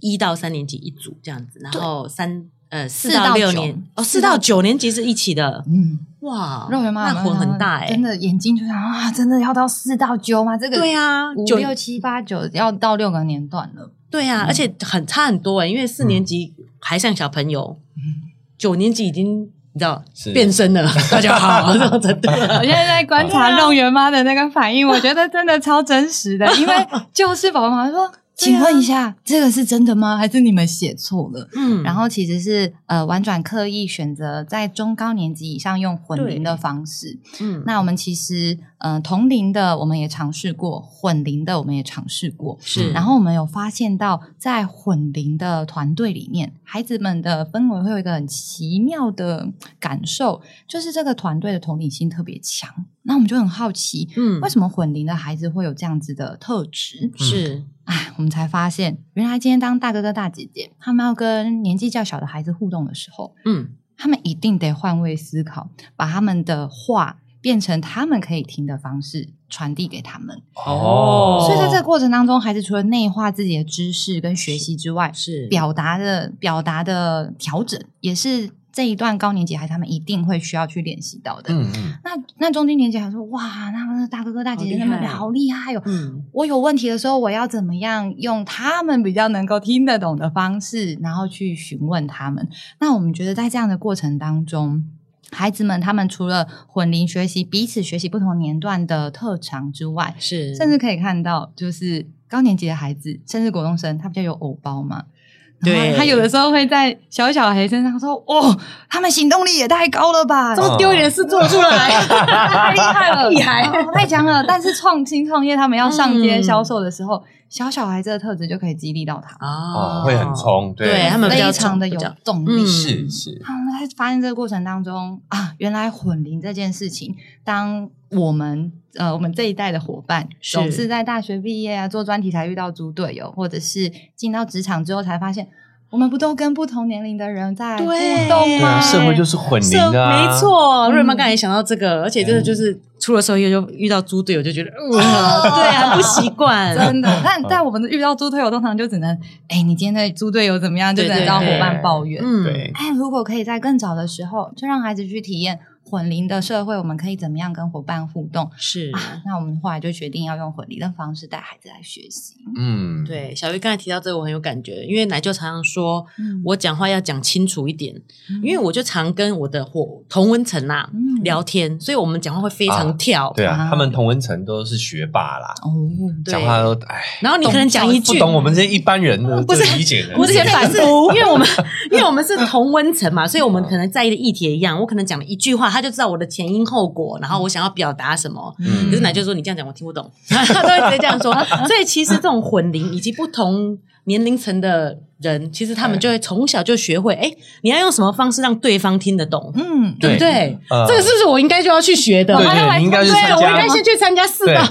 [SPEAKER 1] 一到三年级一组这样子，然后三呃四
[SPEAKER 3] 四到
[SPEAKER 1] 六
[SPEAKER 3] 九
[SPEAKER 1] 年哦四到九年级是一起的，
[SPEAKER 3] 嗯，
[SPEAKER 1] 哇，
[SPEAKER 3] 肉圆妈
[SPEAKER 1] 那
[SPEAKER 3] 妈
[SPEAKER 1] 混很大哎、
[SPEAKER 3] 真的眼睛就想啊，真的要到四到九吗？这个
[SPEAKER 1] 对啊，
[SPEAKER 3] 五
[SPEAKER 1] 九
[SPEAKER 3] 六嗯七八九要到六个年段了。
[SPEAKER 1] 对啊，而且很差很多哎、因为四年级还像小朋友，
[SPEAKER 3] 嗯
[SPEAKER 1] 九年级已经。你知道
[SPEAKER 2] 是
[SPEAKER 1] 变身了，大家好，这样子啊
[SPEAKER 3] <laughs> 我现在在观察肉圆妈的那个反应，我觉得真的超真实 <laughs> 的，因为就是宝宝妈妈说。请问一下，这个是真的吗？还是你们写错了？
[SPEAKER 1] 嗯
[SPEAKER 3] 然后其实是呃，婉转刻意选择在中高年级以上用混龄的方式。
[SPEAKER 1] 嗯
[SPEAKER 3] 那我们其实呃，同龄的我们也尝试过，混龄的我们也尝试过。
[SPEAKER 1] 是，
[SPEAKER 3] 然后我们有发现到，在混龄的团队里面，孩子们的氛围会有一个很奇妙的感受，就是这个团队的同理心特别强。那我们就很好奇，
[SPEAKER 1] 嗯
[SPEAKER 3] 为什么混龄的孩子会有这样子的特质？
[SPEAKER 1] 是
[SPEAKER 3] 哎，我们才发现，原来今天当大哥哥大姐姐，他们要跟年纪较小的孩子互动的时候，
[SPEAKER 1] 嗯
[SPEAKER 3] 他们一定得换位思考，把他们的话变成他们可以听的方式传递给他们。
[SPEAKER 1] 哦
[SPEAKER 3] 所以在这个过程当中，孩子除了内化自己的知识跟学习之外，
[SPEAKER 1] 是
[SPEAKER 3] 表达的表达的调整也是这一段高年级孩子他们一定会需要去练习到的。
[SPEAKER 2] 嗯嗯，
[SPEAKER 3] 那那中低年级还说哇，那那大哥哥大姐姐
[SPEAKER 1] 好厉害
[SPEAKER 3] 他
[SPEAKER 1] 哦
[SPEAKER 3] 们好厉害哦哟、
[SPEAKER 1] 嗯
[SPEAKER 3] 我有问题的时候，我要怎么样用他们比较能够听得懂的方式，然后去询问他们？那我们觉得在这样的过程当中，孩子们他们除了混龄学习，彼此学习不同年段的特长之外，
[SPEAKER 1] 是，
[SPEAKER 3] 甚至可以看到，就是高年级的孩子，甚至国中生，他比较有偶包嘛。
[SPEAKER 1] 对
[SPEAKER 3] 他有的时候会在小小孩身上说：“哦，他们行动力也太高了吧！”
[SPEAKER 1] 这么丢脸的事做得出来，
[SPEAKER 3] 太厉
[SPEAKER 1] <laughs>
[SPEAKER 3] 害了，
[SPEAKER 1] 屁孩
[SPEAKER 3] <laughs> 哦太强了。但是创新创业，他们要上街
[SPEAKER 1] 嗯
[SPEAKER 3] 销售的时候，小小孩这个特质就可以激励到他们，
[SPEAKER 1] 啊
[SPEAKER 2] 哦，会很，冲，
[SPEAKER 1] 对他们比较
[SPEAKER 3] 非常的有
[SPEAKER 1] 比较
[SPEAKER 3] 动
[SPEAKER 1] 嗯
[SPEAKER 3] 力。
[SPEAKER 2] 是是，
[SPEAKER 3] 他们在发现这个过程当中啊，原来混龄这件事情，当我们呃我们这一代的伙伴，
[SPEAKER 1] 是
[SPEAKER 3] 总是在大学毕业啊做专题才遇到猪队友，或者是进到职场之后才发现，我们不都跟不同年龄的人在互
[SPEAKER 1] 对
[SPEAKER 3] 动
[SPEAKER 2] 对啊，
[SPEAKER 3] 吗？
[SPEAKER 2] 社会就是混
[SPEAKER 1] 是
[SPEAKER 2] 龄的
[SPEAKER 1] 嗯
[SPEAKER 2] 啊，
[SPEAKER 1] 哎
[SPEAKER 2] 嗯
[SPEAKER 1] 没。错。
[SPEAKER 3] 嗯
[SPEAKER 1] 瑞妈刚才也想到这个，而且真的就是出了社会就遇到猪队友，就觉得
[SPEAKER 2] <laughs>
[SPEAKER 1] 哇，对啊，不习惯，
[SPEAKER 3] 真的，但但我们遇到猪队友，通常就只能，哎、你今天的猪队友怎么样，就
[SPEAKER 1] 对
[SPEAKER 3] 只能找伙
[SPEAKER 1] 对
[SPEAKER 3] 伴抱怨。
[SPEAKER 1] 嗯，
[SPEAKER 2] 对，
[SPEAKER 3] 哎，如果可以在更早的时候，就让孩子去体验混龄的社会，我们可以怎么样跟伙伴互动？
[SPEAKER 1] 是。
[SPEAKER 3] 啊，那我们后来就决定要用混龄的方式带孩子来学习。
[SPEAKER 2] 嗯，
[SPEAKER 1] 对，小鱼刚才提到这个，我很有感觉，因为奶就常常说，
[SPEAKER 3] 嗯
[SPEAKER 1] 我讲话要讲清楚一点，因为
[SPEAKER 3] 我
[SPEAKER 1] 我就常跟我的伙同温层啊
[SPEAKER 3] 嗯
[SPEAKER 1] 聊天，所以我们讲话会非常
[SPEAKER 2] 啊
[SPEAKER 1] 跳。
[SPEAKER 2] 对啊
[SPEAKER 3] 啊，
[SPEAKER 2] 他们同文层都是学霸啦，
[SPEAKER 3] 哦，
[SPEAKER 1] 对
[SPEAKER 2] 讲话都哎，
[SPEAKER 1] 然后你可能讲一
[SPEAKER 2] 不
[SPEAKER 1] 句，
[SPEAKER 2] 懂我们这些一般人的
[SPEAKER 1] 不是
[SPEAKER 2] 这理解的，
[SPEAKER 1] 不是
[SPEAKER 3] 这些
[SPEAKER 1] 反
[SPEAKER 3] 反
[SPEAKER 1] 复，因为我们因为我们是同温层嘛，所以我们可能在意的议题也一样。我可能讲了一句话，他就知道我的前因后果，然后我想要表达什么。
[SPEAKER 2] 嗯
[SPEAKER 1] 可是奶就说你这样讲我听不懂， <laughs> 他都会直接这样说。所以其实这种混龄以及不同年龄层的人，其实他们就会从小就学会，哎，你要用什么方式让对方听得懂，
[SPEAKER 3] 嗯，
[SPEAKER 1] 对不
[SPEAKER 2] 对
[SPEAKER 1] 对
[SPEAKER 2] 呃？
[SPEAKER 1] 这个是不是我应该就要去学的？啊
[SPEAKER 2] 对
[SPEAKER 1] 我
[SPEAKER 2] 对，你应该是参
[SPEAKER 1] 应
[SPEAKER 2] 加
[SPEAKER 1] 该先去参加四
[SPEAKER 2] 对
[SPEAKER 1] 到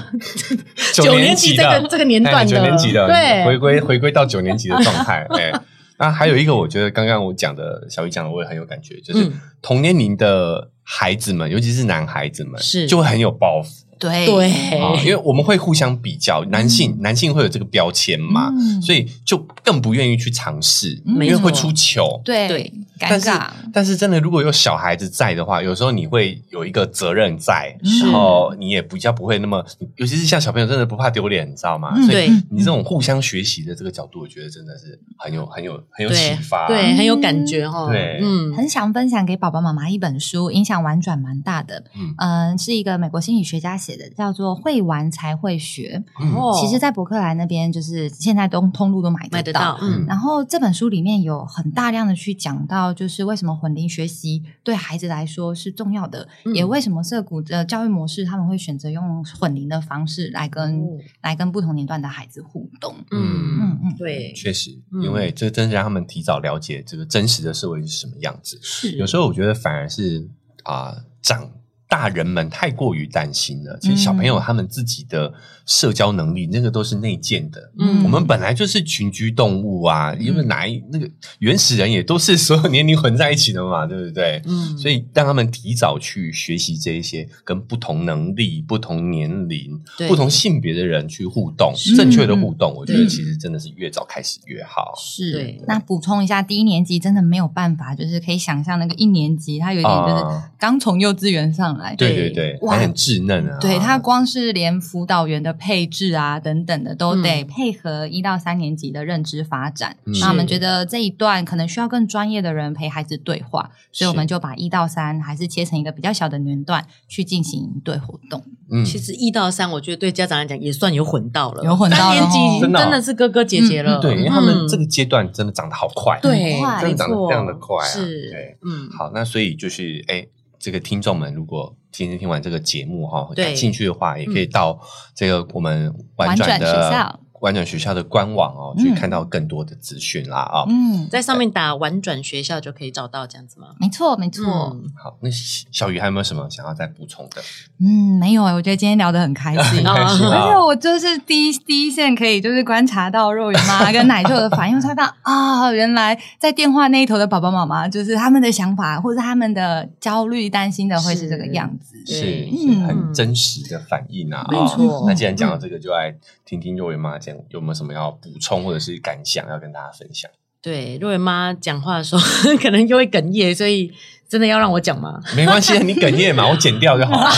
[SPEAKER 1] 九年级这
[SPEAKER 2] 的
[SPEAKER 1] 个这个年段
[SPEAKER 2] 哎
[SPEAKER 1] 的，
[SPEAKER 2] 九年级的，回
[SPEAKER 1] 对，
[SPEAKER 2] 归回归到九年级的状态。哎，那还有一个，我觉得刚刚我讲的小鱼讲的，我也很有感觉，就是
[SPEAKER 1] 嗯
[SPEAKER 2] 同年龄的孩子们，尤其是男孩子们，
[SPEAKER 1] 是哎
[SPEAKER 2] 就会很有抱负
[SPEAKER 3] 对
[SPEAKER 1] 对
[SPEAKER 2] 啊，因为我们会互相比较，男
[SPEAKER 1] 嗯
[SPEAKER 2] 性男性会有这个标签嘛，
[SPEAKER 3] 嗯
[SPEAKER 2] 所以就更不愿意去尝试，
[SPEAKER 3] 嗯
[SPEAKER 2] 因为会出糗。
[SPEAKER 3] 对
[SPEAKER 1] 对
[SPEAKER 3] 尴
[SPEAKER 2] 但是
[SPEAKER 3] 尬，
[SPEAKER 2] 但是真的，如果有小孩子在的话，有时候你会有一个责任在，
[SPEAKER 3] 是
[SPEAKER 2] 然后你也比较不会那么，尤其是像小朋友，真的不怕丢脸，你知道吗？
[SPEAKER 3] 嗯
[SPEAKER 2] 所以
[SPEAKER 1] 对
[SPEAKER 2] 你这种互相学习的这个角度，我觉得真的是很有、很有、很有启
[SPEAKER 1] 对
[SPEAKER 2] 发。
[SPEAKER 1] 对，很有感觉哈。
[SPEAKER 2] 对
[SPEAKER 1] 嗯，
[SPEAKER 3] 很想分享给爸爸妈妈一本书，影响婉转蛮大的。
[SPEAKER 2] 嗯
[SPEAKER 3] 嗯、是一个美国心理学家写的，叫做《会玩才会学》。
[SPEAKER 2] 嗯
[SPEAKER 1] 哦
[SPEAKER 3] 其实，在博客来那边，就是现在东通路都买
[SPEAKER 1] 买得到，嗯
[SPEAKER 2] 嗯
[SPEAKER 3] 然后这本书里面有很大量的去讲到，就是为什么混龄学习对孩子来说是重要的，
[SPEAKER 1] 嗯
[SPEAKER 3] 也为什么社谷的教育模式他们会选择用混龄的方式来跟、
[SPEAKER 1] 哦
[SPEAKER 3] 来跟不同年段的孩子互动。
[SPEAKER 1] 嗯，
[SPEAKER 3] 嗯嗯，
[SPEAKER 1] 对，
[SPEAKER 2] 确实，
[SPEAKER 1] 嗯
[SPEAKER 2] 因为这真是让他们提早了解这个真实的社会是什么样子。
[SPEAKER 3] 是
[SPEAKER 2] 有时候我觉得反而是啊、长大人们太过于担心了。其实小朋友他们自己的社交能力，那个都是内建的。
[SPEAKER 1] 嗯
[SPEAKER 2] 我们本来就是群居动物啊，因为哪一那个原始人也都是所有 <laughs> 年龄混在一起的嘛，对不对？
[SPEAKER 1] 嗯
[SPEAKER 2] 所以让他们提早去学习这一些跟不同能力、不同年龄、
[SPEAKER 1] 对
[SPEAKER 2] 不同性别的人去互动
[SPEAKER 1] 是，嗯
[SPEAKER 2] 正确的互动，我觉得
[SPEAKER 1] 对
[SPEAKER 2] 其实真的是越早开始越好。
[SPEAKER 3] 是
[SPEAKER 1] 对。
[SPEAKER 3] 那补充一下，第一年级真的没有办法，就是可以想象那个一年级，他有一点就是
[SPEAKER 2] 啊
[SPEAKER 3] 刚从幼稚园上来，
[SPEAKER 2] 对对对，
[SPEAKER 3] 哇
[SPEAKER 2] 还很稚嫩啊。
[SPEAKER 3] 对他光是连辅导员的配置啊等等的，都得配合一到三年级的认知发展。
[SPEAKER 2] 嗯
[SPEAKER 3] 那我们
[SPEAKER 1] 是
[SPEAKER 3] 觉得这一段可能需要更专业的人陪孩子对话，所以我们就把一到三还是切成一个比较小的年段去进行营队活动。
[SPEAKER 2] 嗯
[SPEAKER 1] 其实一到三，我觉得对家长来讲也算有混到了，
[SPEAKER 3] 有混到
[SPEAKER 1] 三
[SPEAKER 3] 了
[SPEAKER 1] 年级已经
[SPEAKER 2] 真的哦
[SPEAKER 1] 真的是哥哥姐姐了，
[SPEAKER 2] 对，因为他们
[SPEAKER 1] 嗯
[SPEAKER 2] 这个阶段真的长得好快，
[SPEAKER 1] 对
[SPEAKER 3] 很快
[SPEAKER 2] 真
[SPEAKER 1] 没
[SPEAKER 2] 的长得
[SPEAKER 1] 错
[SPEAKER 2] 非常的快啊。对
[SPEAKER 1] 是，嗯，
[SPEAKER 2] 好，那所以就是，哎，这个听众们如果今天听完这个节目哈，
[SPEAKER 1] 对
[SPEAKER 2] 感兴趣的话，也可以到这个我们婉转
[SPEAKER 3] 婉转
[SPEAKER 2] 的
[SPEAKER 3] 学校
[SPEAKER 2] 婉转学校的官网哦，
[SPEAKER 3] 嗯
[SPEAKER 2] 去看到更多的资讯啦啊。
[SPEAKER 3] 嗯，
[SPEAKER 1] 在上面打婉转学校就可以找到这样子吗？
[SPEAKER 3] 没错没错。
[SPEAKER 1] 嗯
[SPEAKER 2] 好，那小鱼还有没有什么想要再补充的？
[SPEAKER 3] 嗯，没有哎、我觉得今天聊得很开
[SPEAKER 2] <laughs>
[SPEAKER 3] 心。
[SPEAKER 1] 啊
[SPEAKER 2] 开心
[SPEAKER 3] 而且
[SPEAKER 2] 啊！
[SPEAKER 3] 我就是第一第一线可以就是观察到肉圆妈跟奶舅的反应，我才发现啊、 <laughs> 原来在电话那一头的爸爸妈妈，就是他们的想法或者他们的焦虑、担心的会是这个样子。
[SPEAKER 2] 是
[SPEAKER 1] 对
[SPEAKER 2] 是
[SPEAKER 3] 嗯
[SPEAKER 2] 很真实的反应啊！
[SPEAKER 1] 没
[SPEAKER 2] 啊
[SPEAKER 1] 错
[SPEAKER 2] 那既然讲到这个，就来听听肉圆妈讲有没有什么要补充或者是感想要跟大家分享。
[SPEAKER 1] 对，若圆妈讲话的时候 <laughs> 可能就会哽咽，所以真的要让我讲吗？
[SPEAKER 2] 没关系，啊你哽咽嘛，我剪掉就好了。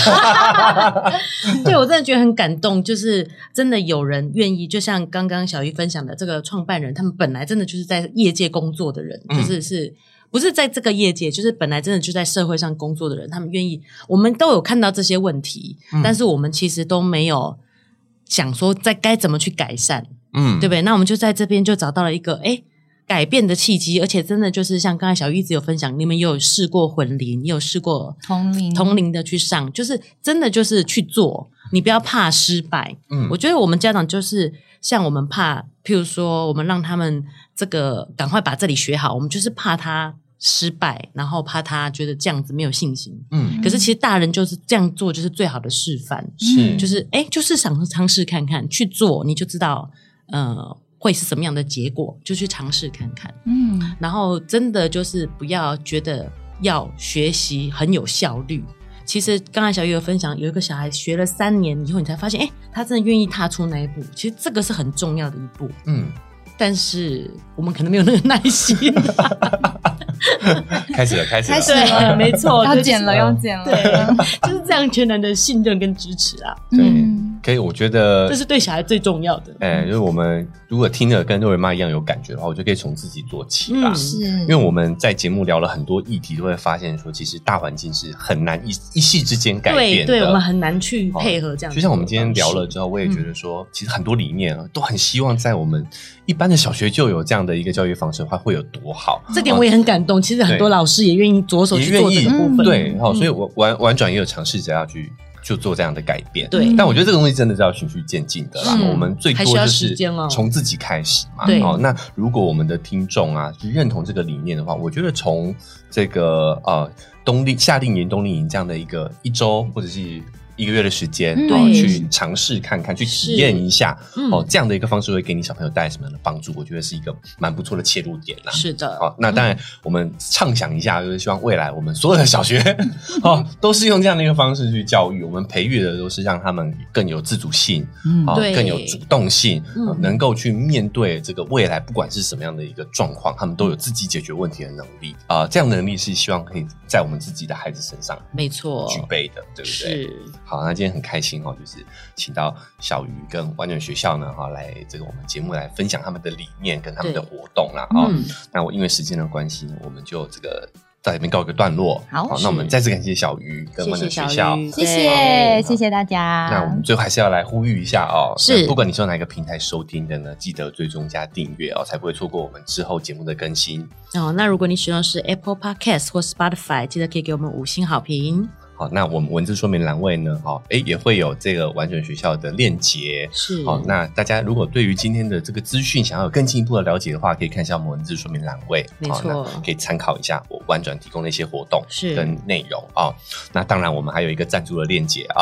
[SPEAKER 2] <laughs>
[SPEAKER 1] 对我真的觉得很感动，就是真的有人愿意，就像刚刚小鱼分享的这个创办人，他们本来真的就是在业界工作的人，
[SPEAKER 2] 嗯
[SPEAKER 1] 就是是。不是在这个业界，就是本来真的就在社会上工作的人，他们愿意，我们都有看到这些问题，
[SPEAKER 2] 嗯
[SPEAKER 1] 但是我们其实都没有想说在该怎么去改善，
[SPEAKER 2] 嗯
[SPEAKER 1] 对不对？那我们就在这边就找到了一个，哎，改变的契机，而且真的就是像刚才小玉一直有分享，你们也有试过混龄，也有试过
[SPEAKER 3] 同龄
[SPEAKER 1] 同龄的去上，就是真的就是去做，你不要怕失败。
[SPEAKER 2] 嗯
[SPEAKER 1] 我觉得我们家长就是像我们怕，譬如说我们让他们这个赶快把这里学好，我们就是怕他失败，然后怕他觉得这样子没有信心。
[SPEAKER 2] 嗯，
[SPEAKER 1] 可是其实大人就是这样做，就是最好的示范，
[SPEAKER 3] 嗯
[SPEAKER 2] 是
[SPEAKER 1] 就是哎，就是想尝试看看去做，你就知道呃会是什么样的结果，就去尝试看看。
[SPEAKER 3] 嗯
[SPEAKER 1] 然后真的就是不要觉得要学习很有效率。其实刚才小雨有分享，有一个小孩学了三年以后，你才发现，哎，他真的愿意踏出那一步。其实这个是很重要的一步，
[SPEAKER 2] 嗯，
[SPEAKER 1] 但是我们可能没有那个耐
[SPEAKER 3] <laughs>
[SPEAKER 1] 心。
[SPEAKER 2] 开始了，开始了，
[SPEAKER 3] 开始了
[SPEAKER 1] 对，没
[SPEAKER 2] 哦
[SPEAKER 1] 错，
[SPEAKER 3] 要
[SPEAKER 1] 就是
[SPEAKER 3] 减了，要减了，
[SPEAKER 1] 对，就是这样全然的信任跟支持啊，
[SPEAKER 3] 嗯，
[SPEAKER 2] 可以，我觉得
[SPEAKER 1] 这是对小孩最重要的。
[SPEAKER 2] 哎、就是我们如果听着跟瑞文妈一样有感觉的话，我就可以从自己做起啦。
[SPEAKER 1] 嗯
[SPEAKER 3] 是，
[SPEAKER 2] 因为我们在节目聊了很多议题，都会发现说，其实大环境是很难一一夕之间改
[SPEAKER 1] 对
[SPEAKER 2] 变的。
[SPEAKER 1] 对，我们很难去
[SPEAKER 2] 哦
[SPEAKER 1] 配合这样。
[SPEAKER 2] 就像我们今天聊了，之后，我也觉得说，其实很多理念啊，都很希望在我们嗯一般的小学就有这样的一个教育方式的话，会有多好。
[SPEAKER 1] 这点我也很感动。其实很多
[SPEAKER 2] 对
[SPEAKER 1] 老师也愿意着手
[SPEAKER 2] 也
[SPEAKER 1] 去
[SPEAKER 2] 愿
[SPEAKER 1] 做这
[SPEAKER 2] 意
[SPEAKER 1] 个部分。嗯
[SPEAKER 2] 对，好、所以我婉婉转也有尝试着要去就做这样的改变。
[SPEAKER 1] 对
[SPEAKER 2] 但我觉得这个东西真的是要循序渐进的啦
[SPEAKER 1] 是。
[SPEAKER 2] 我们最多
[SPEAKER 1] 还需要
[SPEAKER 2] 就
[SPEAKER 1] 时
[SPEAKER 2] 是
[SPEAKER 1] 间哦
[SPEAKER 2] 从自己开始嘛。
[SPEAKER 1] 对
[SPEAKER 2] 哦，那如果我们的听众啊是认同这个理念的话，我觉得从这个呃冬令夏令营、冬令营这样的一个一周或者是。一个月的时间，
[SPEAKER 3] 嗯
[SPEAKER 2] 然后
[SPEAKER 1] 对
[SPEAKER 2] 去尝试看看，去体验一下
[SPEAKER 1] 嗯
[SPEAKER 2] 哦，这样的一个方式会给你小朋友带来什么样的帮助？我觉得是一个蛮不错的切入点啦。
[SPEAKER 1] 是的，
[SPEAKER 2] 好，啊那当然，
[SPEAKER 1] 嗯
[SPEAKER 2] 我们畅想一下，就是希望未来我们所有的
[SPEAKER 1] <laughs>
[SPEAKER 2] 小学，哦，都是用这样的一个方式去教育，我们培育的都是让他们更有自主性，
[SPEAKER 3] 嗯
[SPEAKER 2] 啊、
[SPEAKER 1] 对
[SPEAKER 2] 更有主动性，
[SPEAKER 1] 嗯
[SPEAKER 2] 呃能够去面对这个未来，不管是什么样的一个状况，他们都有自己解决问题的能力啊、这样的能力是希望可以在我们自己的孩子身上
[SPEAKER 1] 没错，
[SPEAKER 2] 具备的，对不对？
[SPEAKER 1] 是
[SPEAKER 2] 好，那今天很开心哦，就是请到小鱼跟完整学校呢哈、来这个我们节目来分享他们的理念跟他们的
[SPEAKER 1] 对
[SPEAKER 2] 活动啦啊、哦
[SPEAKER 1] 嗯，
[SPEAKER 2] 那我因为时间的关系，我们就这个在这边告一个段落。
[SPEAKER 3] 好
[SPEAKER 2] 那我
[SPEAKER 1] 是
[SPEAKER 2] 们再次感谢小鱼跟
[SPEAKER 1] 谢
[SPEAKER 2] 我们的
[SPEAKER 1] 谢小
[SPEAKER 2] 学校。
[SPEAKER 1] 鱼，
[SPEAKER 3] 谢
[SPEAKER 1] 对
[SPEAKER 3] 谢谢谢大家，
[SPEAKER 2] 那我们最后还是要来呼吁一下哦，
[SPEAKER 1] 是
[SPEAKER 2] 那不管你是用哪一个平台收听的呢，记得追踪加订阅哦，才不会错过我们之后节目的更新。
[SPEAKER 1] 哦。那如果你使用的是 Apple Podcast 或 Spotify，记得可以给我们五星好评。
[SPEAKER 2] 好，那我们文字说明栏位呢，哦，诶，也会有这个完整学校的链接。
[SPEAKER 1] 是，
[SPEAKER 2] 好、那大家如果对于今天的这个资讯想要有更进一步的了解的话，可以看一下我们文字说明栏位，
[SPEAKER 1] 没
[SPEAKER 2] 好
[SPEAKER 1] 错
[SPEAKER 2] 那可以参考一下我婉转提供的一些活动
[SPEAKER 1] 是
[SPEAKER 2] 跟内容啊、哦那当然，我们还有一个赞助的链接啊。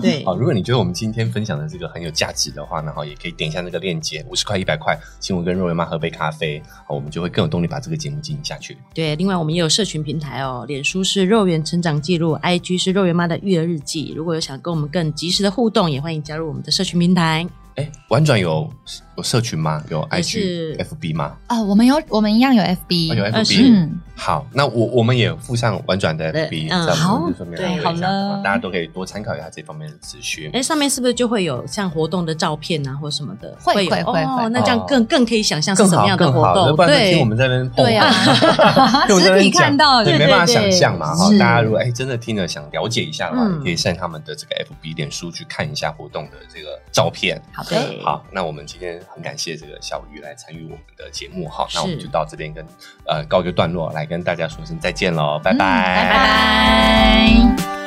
[SPEAKER 1] 对
[SPEAKER 2] <laughs> 好、，如果你觉得我们今天分享的这个很有价值的话呢，哈，也可以点一下那个链接，五十块、一百块，请我跟若维妈喝杯咖啡，好，我们就会更有动力把这个节目进行下去。
[SPEAKER 1] 对，另外我们也有社群平台哦，脸书是肉圆成长记录，IG 是肉圆妈的育儿日记。如果有想跟我们更及时的互动，也欢迎加入我们的社群平台。
[SPEAKER 2] 哎，婉转有有社群吗？有
[SPEAKER 1] 也
[SPEAKER 2] IG、
[SPEAKER 1] 是嗯
[SPEAKER 2] FB 吗？
[SPEAKER 3] 哦，我们有我们一样有 FB，
[SPEAKER 2] 哦有
[SPEAKER 1] 呃
[SPEAKER 2] FB，、
[SPEAKER 1] 是
[SPEAKER 3] 嗯，
[SPEAKER 2] 好，那我我们也附上婉转的
[SPEAKER 1] 对
[SPEAKER 2] FB，
[SPEAKER 1] 嗯
[SPEAKER 2] 在我
[SPEAKER 3] 好
[SPEAKER 2] 们这上面
[SPEAKER 1] 对
[SPEAKER 2] 对
[SPEAKER 3] 好了
[SPEAKER 2] 大家都可以多参考一下这方面的资讯。
[SPEAKER 1] 哎，上面是不是就会有像活动的照片啊，或什么的？
[SPEAKER 3] 会
[SPEAKER 1] 有
[SPEAKER 3] 会会
[SPEAKER 1] 哦
[SPEAKER 3] 会，
[SPEAKER 1] 那这样更更可以想象是
[SPEAKER 2] 更
[SPEAKER 1] 什么
[SPEAKER 2] 好，
[SPEAKER 1] 样的
[SPEAKER 2] 更
[SPEAKER 1] 活
[SPEAKER 2] 好，要
[SPEAKER 1] 动？
[SPEAKER 2] 不然就听我
[SPEAKER 1] 对，
[SPEAKER 2] 们在那边碰。
[SPEAKER 3] 对啊
[SPEAKER 1] <laughs>
[SPEAKER 2] 听我们在那边
[SPEAKER 3] 实体
[SPEAKER 2] 讲
[SPEAKER 3] 看到
[SPEAKER 2] 对，
[SPEAKER 3] 对
[SPEAKER 2] 没办法
[SPEAKER 1] 对对
[SPEAKER 2] 想象嘛哈。
[SPEAKER 3] 是
[SPEAKER 2] 大家如果哎真的听了想了解一下的话，
[SPEAKER 1] 嗯
[SPEAKER 2] 也可以上他们的这个 FB 脸书去看一下活动的这个照片。
[SPEAKER 3] 好的，
[SPEAKER 1] 对，
[SPEAKER 2] 好，那我们今天很感谢这个小鱼来参与我们的节目哈，那我们
[SPEAKER 1] 是
[SPEAKER 2] 就到这边跟
[SPEAKER 1] 嗯
[SPEAKER 2] 呃告一个段落，来跟大家说声再见喽，拜
[SPEAKER 3] 嗯嗯拜拜。